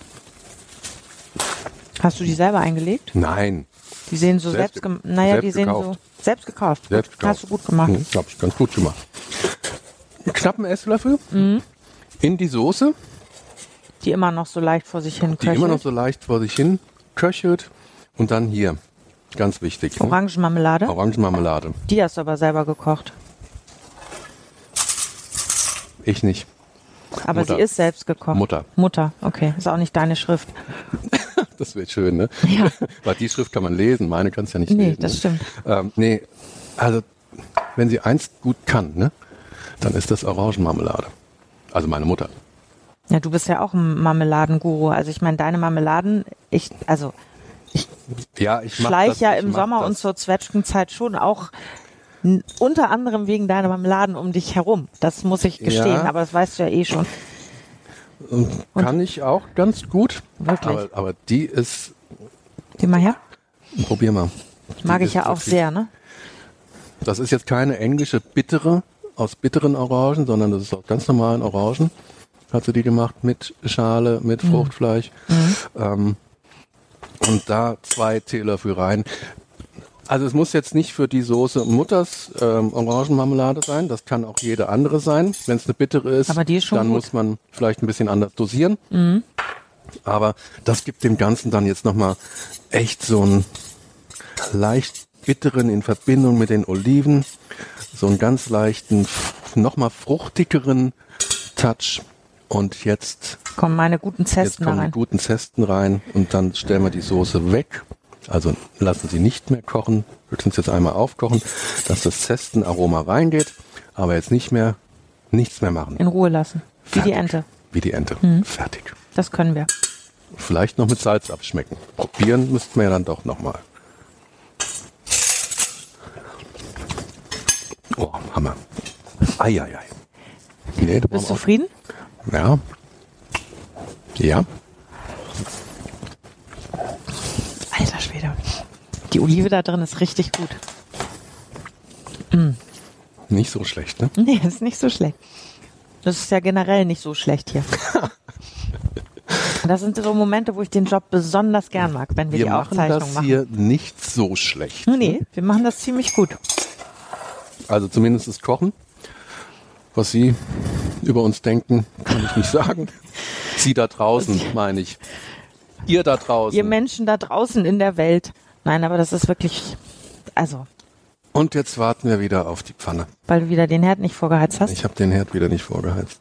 C: Hast du die selber eingelegt?
D: Nein,
C: Die sehen so
D: Selbst-
C: selbst, gem- naja,
D: selbst
C: die sehen
D: gekauft.
C: so selbst gekauft.
D: Selbst
C: Gut.
D: gekauft.
C: Hast du gut gemacht.
D: Mhm, Hab ich ganz gut gemacht. Einen Knappen Esslöffel
C: Mhm.
D: in die Soße,
C: Die immer noch so leicht vor sich hin
D: die immer noch
C: köchelt.
D: so leicht vor sich hin köchelt. Und dann hier, ganz wichtig, ne?
C: Orangenmarmelade.
D: Orangenmarmelade.
C: Die hast du aber selber gekocht.
D: Ich nicht.
C: Aber
D: Mutter.
C: sie ist selbst gekocht.
D: Mutter.
C: Mutter, okay. Ist auch nicht deine Schrift.
D: Das wird schön, ne?
C: Ja.
D: Weil die Schrift kann man lesen, meine kannst ja nicht
C: Nee,
D: lesen.
C: das
D: ne?
C: stimmt.
D: Ähm, nee, also wenn sie eins gut kann, ne, dann ist das Orangenmarmelade. Also meine Mutter.
C: Ja, du bist ja auch ein Marmeladenguru. Also ich meine, deine Marmeladen, ich, also
D: Ja, ich mach
C: schleich
D: das,
C: ja
D: ich
C: im
D: mach
C: Sommer
D: das.
C: und zur Zwetschgenzeit schon auch n- unter anderem wegen deiner Marmeladen um dich herum. Das muss ich gestehen,
D: Ja.
C: aber das weißt du ja eh schon.
D: Kann ich auch ganz gut.
C: Wirklich?
D: Aber, aber die ist,
C: Geh mal her.
D: probier mal.
C: Mag
D: Die
C: ich ja
D: ist
C: auch
D: wirklich-
C: sehr, ne?
D: Das ist jetzt keine englische bittere aus bitteren Orangen, sondern das ist aus ganz normalen Orangen. Hat sie die gemacht mit Schale, mit
C: Mhm.
D: Fruchtfleisch. Ähm, und da zwei Teelöffel rein. Also es muss jetzt nicht für die Soße Mutters ähm, Orangenmarmelade sein, das kann auch jede andere sein. Wenn es eine bittere ist,
C: Aber die ist schon
D: dann
C: gut. Mhm.
D: muss man vielleicht ein bisschen anders dosieren. Aber das gibt dem Ganzen dann jetzt nochmal echt so einen leicht bitteren in Verbindung mit den Oliven, so einen ganz leichten, nochmal fruchtigeren Touch. Und jetzt,
C: Kommen meine guten
D: jetzt
C: Zesten da
D: kommen die
C: rein.
D: guten Zesten rein und dann stellen wir die Soße weg. Also lassen sie nicht mehr kochen, höchstens jetzt einmal aufkochen, dass das Zestenaroma reingeht, aber jetzt nicht mehr, nichts mehr machen.
C: In Ruhe lassen. Wie die
D: Fertig.
C: Ente. Mhm.
D: Wie die Ente. Fertig.
C: Das können wir.
D: Vielleicht noch mit Salz abschmecken. Probieren müssten wir ja dann doch nochmal. Oh, Hammer. Eieiei. Nee, da
C: Bist du
D: brauchen wir
C: zufrieden?
D: auch- Ja. Ja.
C: Alter Schwede. Die Olive da drin ist richtig gut.
D: Nicht so schlecht, ne?
C: Nee, ist nicht so schlecht. Das ist ja generell nicht so schlecht hier. Das sind so Momente, wo ich den Job besonders gern mag, wenn wir,
D: Wir
C: die
D: machen
C: Aufzeichnung
D: das
C: machen. Hm?
D: hier nicht so schlecht.
C: Nee, wir machen das ziemlich gut.
D: Also zumindest das Kochen. Was Sie über uns denken, kann ich nicht sagen. Sie da draußen, meine ich. Ihr da draußen.
C: Ihr Menschen da draußen in der Welt. Nein, aber das ist wirklich, also,
D: Und jetzt warten wir wieder auf die Pfanne.
C: weil du wieder den Herd nicht vorgeheizt hast.
D: Ich habe den Herd wieder nicht vorgeheizt.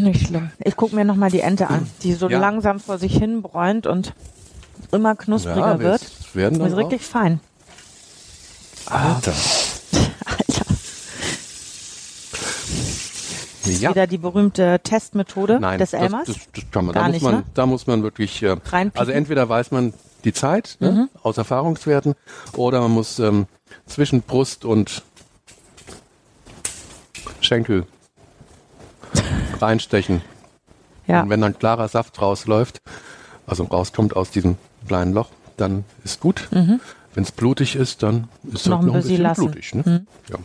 C: Nicht schlimm. Ich gucke mir nochmal die Ente an, die so
D: Ja.
C: langsam vor sich hin bräunt und immer knuspriger
D: Ja, wir
C: wird.
D: werden dann
C: ist richtig fein.
D: Alter.
C: Alter.
D: Ja.
C: Wieder die berühmte Testmethode
D: Nein,
C: des
D: das-
C: Elmers.
D: Das, das kann man.
C: Gar
D: Da, muss
C: nicht,
D: man
C: ne?
D: da muss man wirklich. Äh,
C: Reinpieken.
D: also entweder weiß man
C: Mhm.
D: die Zeit ne, aus Erfahrungswerten oder man muss ähm, zwischen Brust und Schenkel reinstechen.
C: Ja.
D: Und wenn dann klarer Saft rausläuft, also rauskommt aus diesem kleinen Loch, dann ist gut. Wenn es blutig ist, dann ist es
C: Mhm. Noch
D: noch,
C: ein
D: noch ein
C: bisschen
D: bisschen
C: lassen. Mhm.
D: blutig. Ne? Ja.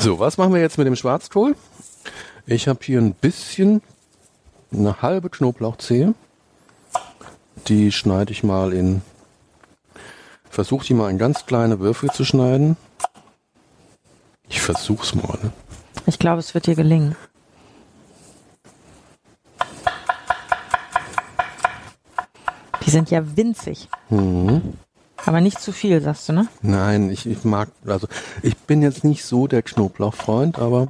D: So, was machen wir jetzt mit dem Schwarzkohl? Ich habe hier ein bisschen, eine halbe Knoblauchzehe. Die schneide ich mal in, versuche die mal in ganz kleine Würfel zu schneiden. Ich versuch's mal. Ne?
C: Ich glaube, es wird dir gelingen. Die sind ja winzig.
D: Mhm.
C: Aber nicht zu viel, sagst du, ne?
D: Nein, ich, ich mag, also ich bin jetzt nicht so der Knoblauchfreund, aber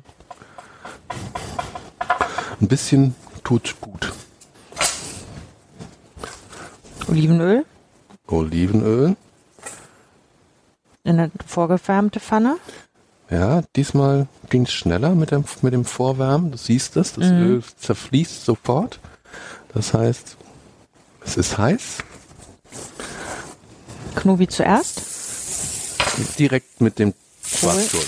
D: ein bisschen tut gut.
C: Olivenöl
D: Olivenöl,
C: in eine vorgewärmte Pfanne.
D: ja, diesmal ging es schneller mit dem, mit dem Vorwärmen, du siehst es, das Öl zerfließt sofort. Das heißt, es ist heiß,
C: Knobi zuerst.
D: direkt mit dem Schwarzkohl.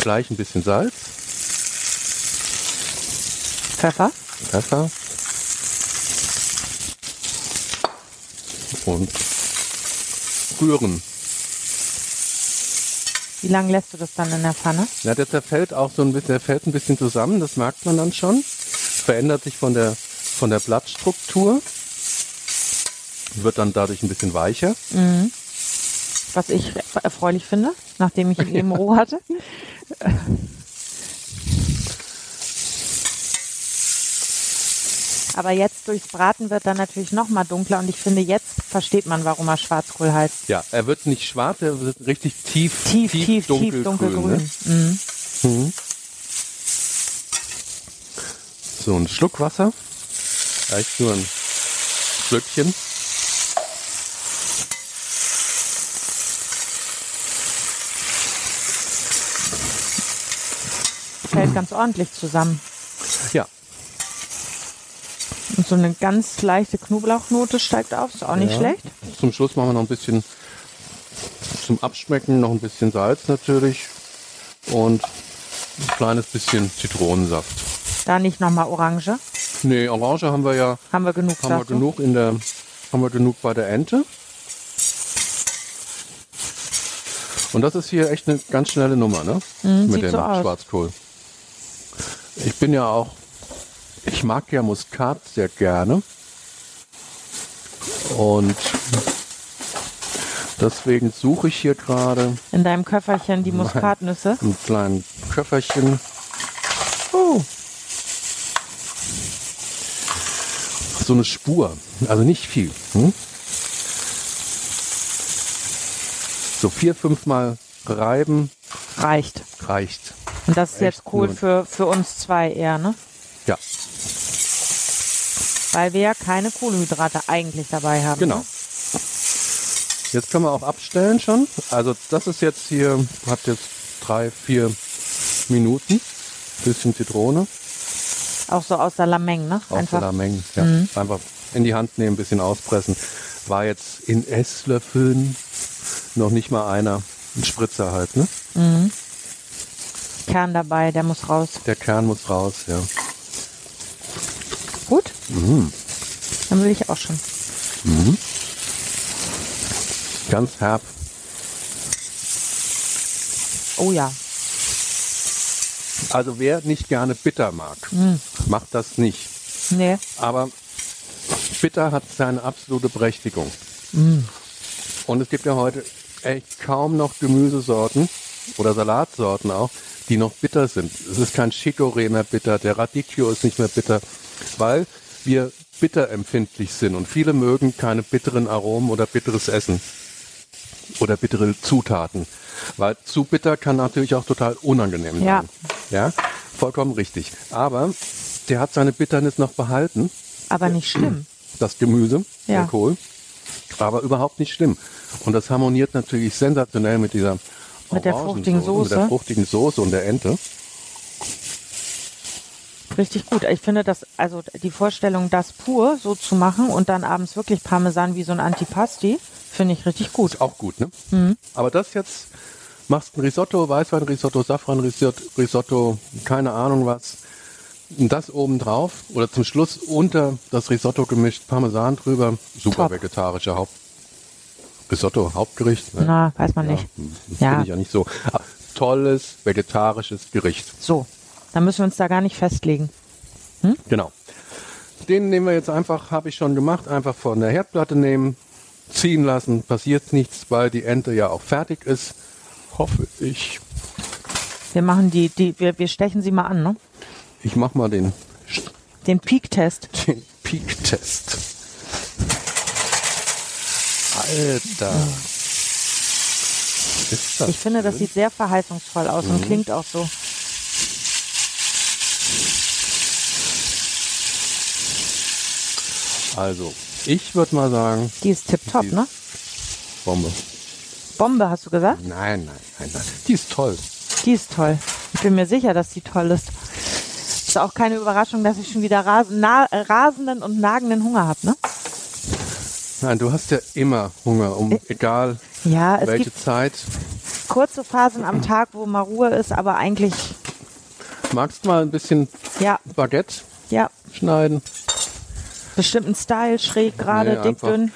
D: Gleich ein bisschen Salz.
C: Pfeffer.
D: Pfeffer. Und rühren.
C: Wie lange lässt du das dann in der Pfanne?
D: Ja, der zerfällt auch so ein bisschen, der fällt ein bisschen zusammen, das merkt man dann schon. Verändert sich von der, von der Blattstruktur. Wird dann dadurch ein bisschen weicher.
C: Was ich erfreulich finde, nachdem ich ihn eben roh hatte. Aber jetzt durchs Braten wird dann natürlich noch mal dunkler und ich finde, jetzt versteht man, warum er Schwarzkohl heißt.
D: Ja, er wird nicht schwarz, er wird richtig tief,
C: tief, tief, tief, dunkelgrün. Mhm.
D: ne? So ein Schluck Wasser. Reicht nur ein Schlückchen.
C: Fällt ganz ordentlich zusammen.
D: Ja,
C: Und so eine ganz leichte Knoblauchnote steigt auf, ist auch nicht
D: Ja.
C: schlecht.
D: Zum Schluss machen wir noch ein bisschen zum Abschmecken, noch ein bisschen Salz natürlich und ein kleines bisschen Zitronensaft.
C: Da nicht nochmal Orange.
D: Nee, Orange haben wir ja
C: Haben wir genug,
D: haben wir
C: sagst du?
D: genug in der haben wir genug bei der Ente. Und das ist hier echt eine ganz schnelle Nummer, ne? Mit
C: Mhm, sieht
D: dem
C: so aus.
D: Schwarzkohl. Ich bin ja auch, ich mag ja Muskat sehr gerne. Und deswegen suche ich hier gerade
C: In deinem Köfferchen die Muskatnüsse.
D: im kleinen Köfferchen.
C: Oh,
D: so eine Spur. Also nicht viel. Hm? So vier, fünf Mal reiben
C: reicht.
D: reicht.
C: Und das ist jetzt cool
D: nun.
C: für, für uns zwei eher, ne?
D: Ja,
C: Weil wir ja keine Kohlenhydrate eigentlich dabei haben.
D: genau.
C: Ne?
D: Jetzt können wir auch abstellen schon. Also das ist jetzt hier, hat jetzt drei, vier Minuten. Bisschen Zitrone.
C: Auch so aus Salameng, ne?
D: Auch
C: Einfach.
D: Einfach. Mengen. Ja. Einfach in die Hand nehmen, ein bisschen auspressen. War jetzt in Esslöffeln noch nicht mal einer. Ein Spritzer halt, ne?
C: Kern dabei, der muss raus.
D: Der Kern muss raus, ja.
C: Gut?
D: Mhm.
C: Dann will ich auch schon.
D: Ganz herb.
C: Oh ja.
D: Also wer nicht gerne bitter mag, macht das nicht.
C: Nee.
D: Aber bitter hat seine absolute Berechtigung. Und es gibt ja heute echt kaum noch Gemüsesorten oder Salatsorten auch, die noch bitter sind. Es ist kein Chicorée mehr bitter, der Radicchio ist nicht mehr bitter, weil wir bitterempfindlich sind und viele mögen keine bitteren Aromen oder bitteres Essen oder bittere Zutaten, weil zu bitter kann natürlich auch total unangenehm
C: Ja.
D: sein. Ja, vollkommen richtig. Aber der hat seine Bitternis noch behalten
C: Aber nicht schlimm.
D: das Gemüse,
C: Ja.
D: der Kohl. Aber überhaupt nicht schlimm. Und das harmoniert natürlich sensationell mit dieser
C: Mit der
D: Orangensoße,
C: fruchtigen Soße.
D: Mit der fruchtigen Soße und der Ente.
C: richtig gut. Ich finde das, also die Vorstellung, das pur so zu machen und dann abends wirklich Parmesan wie so ein Antipasti, finde ich richtig gut.
D: Ist auch gut, ne?
C: Mhm.
D: Aber das jetzt, machst ein Risotto, Weißwein-Risotto, Safran-Risotto, keine Ahnung was. Und Das oben drauf oder zum Schluss unter das Risotto gemischt, Parmesan drüber. Super
C: Top.
D: vegetarische Haupt Risotto, Hauptgericht. ne?
C: Na, weiß man
D: Ja,
C: nicht.
D: Das
C: Ja.
D: finde ich ja nicht so. Ah, Tolles vegetarisches Gericht.
C: So, dann müssen wir uns da gar nicht festlegen.
D: Genau. Den nehmen wir jetzt einfach, habe ich schon gemacht, einfach von der Herdplatte nehmen, ziehen lassen, passiert nichts, weil die Ente ja auch fertig ist. Hoffe ich.
C: Wir machen die, die, wir, wir stechen sie mal an, ne?
D: Ich mache mal den, Sch-
C: Den Peak-Test.
D: den Peak-Test. Alter. Was ist das?
C: Ich finde, das sieht sehr verheißungsvoll aus
D: Mhm.
C: und klingt auch so.
D: Also, ich würde mal sagen,
C: Die ist tipptopp,
D: Die-
C: ne?
D: Bombe.
C: Bombe, hast du gesagt?
D: Nein, nein, nein, nein. Die ist toll.
C: Die ist toll. Ich bin mir sicher, dass die toll ist. Ist auch keine Überraschung, dass ich schon wieder ras na rasenden und nagenden Hunger habe, ne?
D: Nein, du hast ja immer Hunger, um egal
C: Ja, es
D: welche
C: gibt
D: Zeit.
C: kurze Phasen
D: Mhm.
C: am Tag, wo mal Ruhe ist, aber eigentlich,
D: Magst du mal ein bisschen
C: ja,
D: Baguette
C: ja,
D: schneiden?
C: bestimmten Style, schräg, gerade,
D: Nee,
C: dick,
D: einfach.
C: dünn.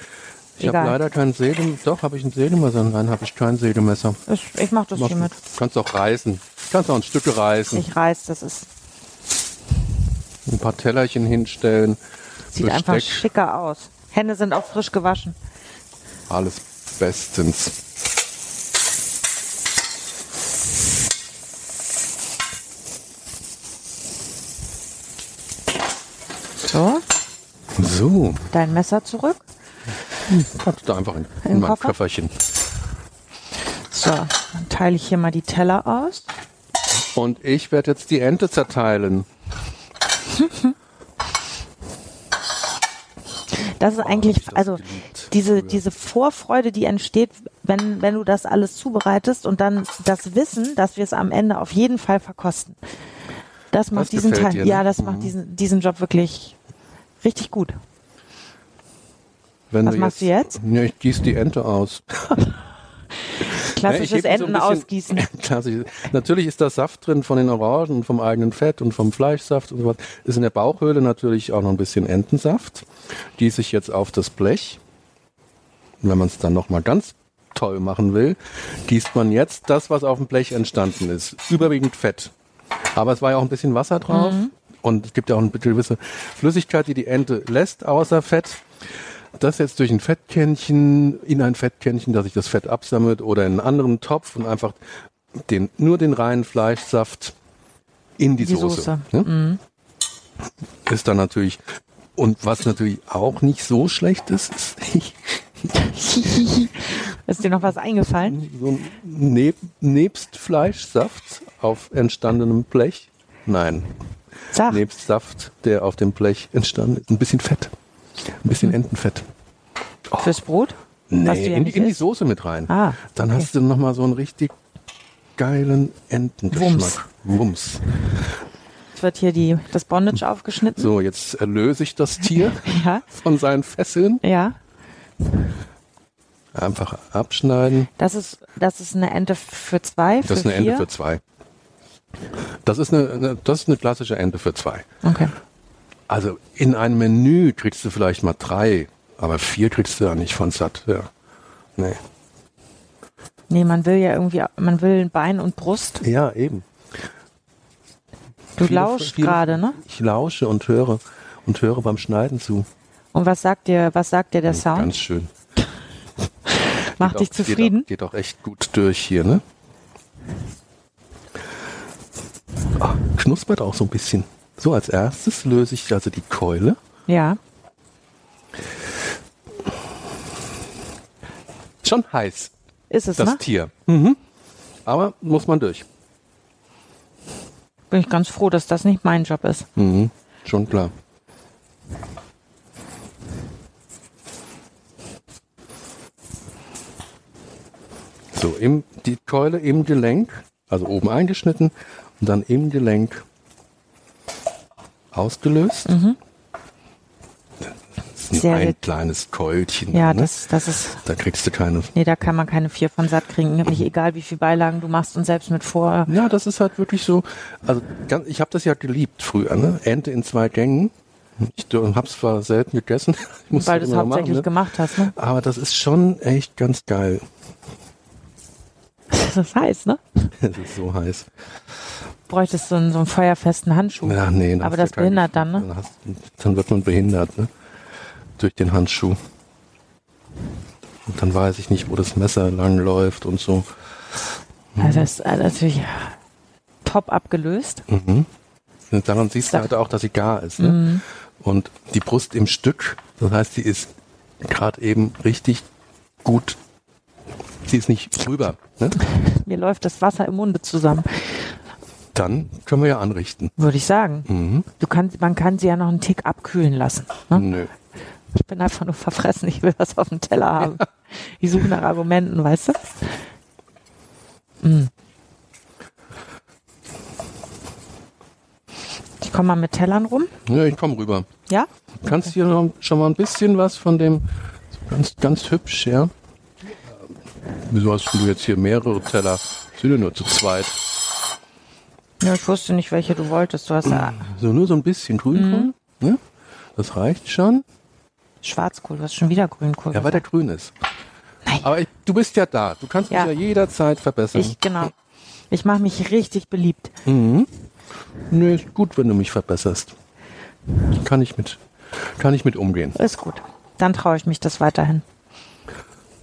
D: Ich habe
C: Egal.
D: leider kein Sägemesser. Doch, habe ich ein Sägemesser? Nein, habe ich kein Sägemesser.
C: Ich, ich mach das
D: Mach-
C: hier mit.
D: Kannst auch reißen. Kannst auch ein Stück reißen.
C: Ich reiß, das ist,
D: Ein paar Tellerchen hinstellen.
C: sieht
D: Besteck.
C: einfach schicker aus. Hände sind auch frisch gewaschen.
D: Alles bestens.
C: So,
D: So,
C: dein Messer zurück.
D: packst du einfach in,
C: Im
D: in mein
C: Koffer?
D: Köfferchen.
C: So, dann teile ich hier mal die Teller aus.
D: Und ich werde jetzt die Ente zerteilen.
C: Das ist
D: hab ich
C: eigentlich,
D: das
C: also
D: geliebt
C: diese, diese Vorfreude, die entsteht, wenn, wenn du das alles zubereitest und dann das Wissen, dass wir es am Ende auf jeden Fall verkosten. Das macht diesen Teil,
D: gefällt dir, ne? Ne,
C: ja, das macht diesen, diesen Job wirklich richtig gut.
D: Wenn
C: Was machst du jetzt?
D: Ja, ich gieße die Ente aus.
C: Klassisches
D: Ja, ich heb die so ein
C: Enten
D: bisschen-
C: ausgießen.
D: Klassisch. Natürlich ist da Saft drin von den Orangen, vom eigenen Fett und vom Fleischsaft und sowas. Ist in der Bauchhöhle natürlich auch noch ein bisschen Entensaft. Gieße ich jetzt auf das Blech. Und wenn man es dann nochmal ganz toll machen will, gießt man jetzt das, was auf dem Blech entstanden ist. Überwiegend Fett. Aber es war ja auch ein bisschen Wasser drauf.
C: Mhm.
D: Und es gibt ja auch eine gewisse Flüssigkeit, die die Ente lässt, außer Fett. Das jetzt durch ein Fettkännchen, in ein Fettkännchen, dass sich das Fett absammelt oder in einen anderen Topf und einfach den, nur den reinen Fleischsaft in die,
C: Die
D: Soße.
C: Soße.
D: Ne? Ist dann natürlich, und was natürlich auch nicht so schlecht ist, ist
C: Mhm. Ist dir noch was eingefallen?
D: so ein Neb nebst Fleischsaft auf entstandenem Blech. Nein,
C: Sag,
D: nebst Saft, der auf dem Blech entstanden ist. Ein bisschen Fett. Ein bisschen Entenfett.
C: fürs Brot? was Hm. du
D: oh. Nee,
C: ja
D: in, die-
C: nicht
D: in die
C: isst.
D: Soße mit rein.
C: Ah,
D: Dann hast du nochmal so einen richtig geilen Entengeschmack. Wumms. Wumms.
C: Jetzt wird hier die, das Bondage aufgeschnitten.
D: So, jetzt erlöse ich das Tier
C: Ja,
D: von seinen Fesseln.
C: ja.
D: Einfach abschneiden.
C: Das ist, das ist eine Ente für zwei,
D: Das ist
C: für
D: eine Ente
C: vier.
D: für zwei. Das ist eine, eine, das ist eine klassische Ente für zwei.
C: Okay.
D: Also in einem Menü kriegst du vielleicht mal drei, aber vier kriegst du ja nicht von satt. Ja. Nee.
C: Nee, man will ja irgendwie, man will Bein und Brust.
D: ja, eben.
C: Du
D: Viele-
C: lauschst
D: viele-
C: gerade, ne?
D: Ich lausche und höre und höre beim Schneiden zu.
C: Und was sagt dir, was sagt dir der
D: Ganz
C: Sound?
D: schön.
C: Macht dich
D: Geht auch-
C: zufrieden?
D: Geht auch, geht auch echt gut durch hier, ne? Ah, knuspert auch so ein bisschen. So, als erstes löse ich also die Keule.
C: Ja.
D: Schon heiß,
C: Ist es,
D: das
C: ne?
D: Tier. Mhm. Aber muss man durch.
C: Bin ich ganz froh, dass das nicht mein Job ist.
D: Mhm. Schon klar. So, im, die Keule im Gelenk, also oben eingeschnitten und dann im Gelenk ausgelöst. Mhm. Das ist nur
C: Sehr
D: ein
C: gut.
D: kleines Keulchen.
C: Ja,
D: ne?
C: das, das ist,
D: da kriegst du keine.
C: nee, da kann man keine vier von satt kriegen. Nämlich egal, wie viel Beilagen du machst und selbst mit vor.
D: Ja, das ist halt wirklich so. Also ganz, ich habe das ja geliebt früher, ne? Ente in zwei Gängen. Ich habe es zwar selten gegessen, ich musste
C: Weil du es
D: immer noch
C: hauptsächlich
D: machen, ne?
C: gemacht hast, ne?
D: aber das ist schon echt ganz geil.
C: Das ist heiß, ne?
D: Es ist so heiß.
C: Bräuchtest du einen, so einen feuerfesten Handschuh.
D: Ach nee, dann
C: Oh. Aber
D: hast du
C: das
D: keinen-
C: behindert dann, ne?
D: Dann, hast, dann wird man behindert, ne? Durch den Handschuh. Und dann weiß ich nicht, wo das Messer lang läuft und so. Mhm.
C: Also das ist also natürlich top abgelöst.
D: Mhm. Und daran siehst du
C: Sag- Mhm.
D: halt auch, dass sie gar ist. Ne? Und die Brust im Stück, das heißt, sie ist gerade eben richtig gut. Sie ist nicht rüber. Ne?
C: Mir läuft das Wasser im Munde zusammen,
D: Dann können wir ja anrichten.
C: würde ich sagen.
D: Mhm.
C: Du kannst, man kann sie ja noch einen Tick abkühlen lassen. Ne?
D: Nö.
C: Ich bin einfach nur verfressen, ich will was auf dem Teller haben. Ich suche nach Argumenten, weißt du? Mm. Ich komme mal mit Tellern rum,
D: Nö, ich komm rüber.
C: ja?
D: Kannst hier noch, schon mal ein bisschen was von dem, so ganz, ganz hübsch, ja? Wieso hast du jetzt hier mehrere Teller? Sind ja nur zu zweit.
C: ja? Ich wusste nicht, welche du wolltest. Du hast ja
D: So nur so ein bisschen Grünkohl,
C: Mhm.
D: ne? Das reicht schon.
C: Schwarzkohl, du hast schon wieder Grünkohl.
D: Ja, weil der
C: gesagt.
D: grün ist.
C: Nein.
D: Aber ich, du bist ja da. Du kannst
C: Ja.
D: mich ja jederzeit verbessern.
C: ich, genau. Ich mache mich richtig beliebt.
D: Nö, ist gut, wenn du mich verbesserst. Kann ich mit, kann ich mit umgehen.
C: Ist gut. Dann traue ich mich das weiterhin.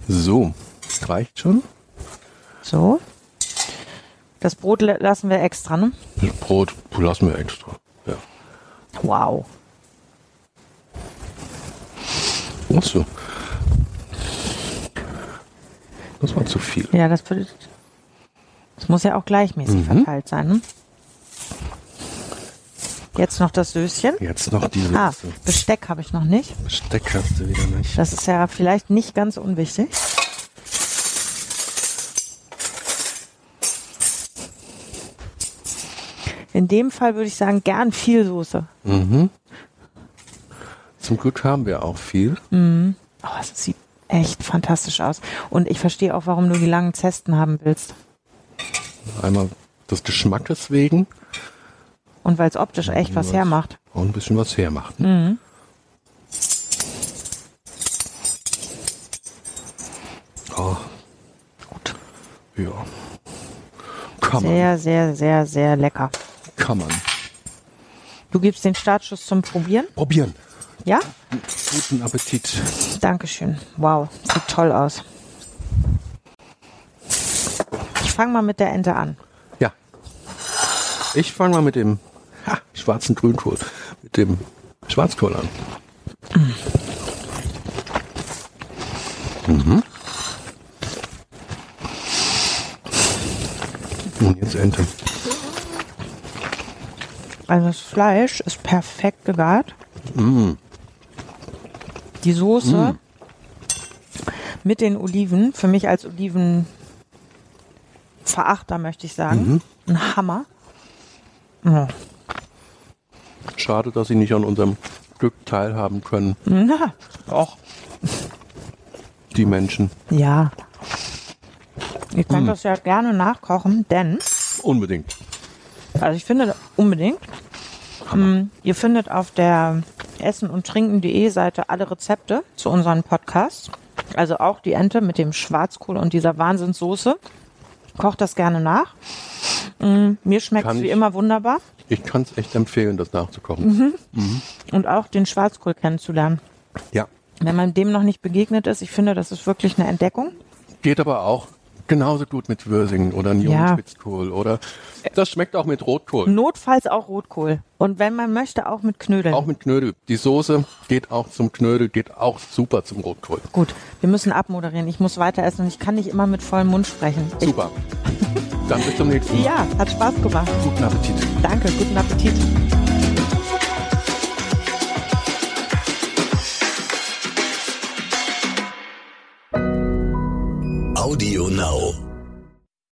D: So, reicht schon.
C: So. Das Brot la- lassen wir extra, ne?
D: Das Brot lassen wir extra. Ja.
C: Wow.
D: Ach so. Das war zu viel.
C: Ja, das würde. Das muss ja auch gleichmäßig verteilt sein. Ne? Jetzt noch das Söschen.
D: Jetzt noch diese
C: Ah,
D: Soße.
C: Besteck habe ich noch nicht.
D: Besteck hast du wieder nicht.
C: Das ist ja vielleicht nicht ganz unwichtig. In dem Fall würde ich sagen, gern viel Soße.
D: Zum Glück haben wir auch viel.
C: Oh, es sieht echt fantastisch aus. Und ich verstehe auch, warum du die langen Zesten haben willst.
D: Einmal des Geschmackes wegen
C: Und weil es optisch echt was
D: Was?
C: hermacht. Mhm.
D: auch ein bisschen was hermacht. Oh,
C: Gut.
D: ja. Kann man.
C: Sehr, sehr, sehr, sehr lecker.
D: Kann man.
C: Du gibst den Startschuss zum Probieren,
D: Probieren.
C: ja?
D: Guten Appetit.
C: Dankeschön. Wow, sieht toll aus. Ich fange mal mit der Ente an.
D: Ja. Ich fange mal mit dem ha, schwarzen Grünkohl, mit dem Schwarzkohl an. Mhm. Und jetzt Ente.
C: Also das Fleisch ist perfekt gegart. Die Soße mit den Oliven, für mich als Olivenverachter möchte ich sagen, ein Hammer. Ja.
D: Schade, dass Sie nicht an unserem Glück teilhaben können,
C: Na, auch.
D: die Menschen.
C: Ja. Ihr könnt
D: Hm.
C: das ja gerne nachkochen, denn
D: Unbedingt.
C: Also ich finde unbedingt. Mm, Ihr findet auf der essen und trinken.de E Seite alle Rezepte zu unseren Podcasts. Also auch die Ente mit dem Schwarzkohl und dieser Wahnsinnssoße. Kocht das gerne nach. Mm, Mir schmeckt es
D: Kann
C: wie
D: ich-
C: immer wunderbar.
D: Ich kann es echt empfehlen, das nachzukochen.
C: Und auch den Schwarzkohl kennenzulernen.
D: Ja.
C: Wenn man dem noch nicht begegnet ist, ich finde, das ist wirklich eine Entdeckung.
D: Geht aber auch genauso gut mit Würsingen oder einem jungen
C: Ja.
D: Spitzkohl oder das schmeckt auch mit Rotkohl.
C: Notfalls auch Rotkohl. Und wenn man möchte, auch mit Knödeln.
D: Auch mit Knödel. Die Soße geht auch zum Knödel, geht auch super zum Rotkohl.
C: Gut, wir müssen abmoderieren. Ich muss weiter essen und ich kann nicht immer mit vollem Mund sprechen. Ich,
D: Super. Dann bis zum nächsten Mal.
C: ja, hat Spaß gemacht.
D: Guten Appetit.
C: Danke, guten Appetit.
A: Audio Now.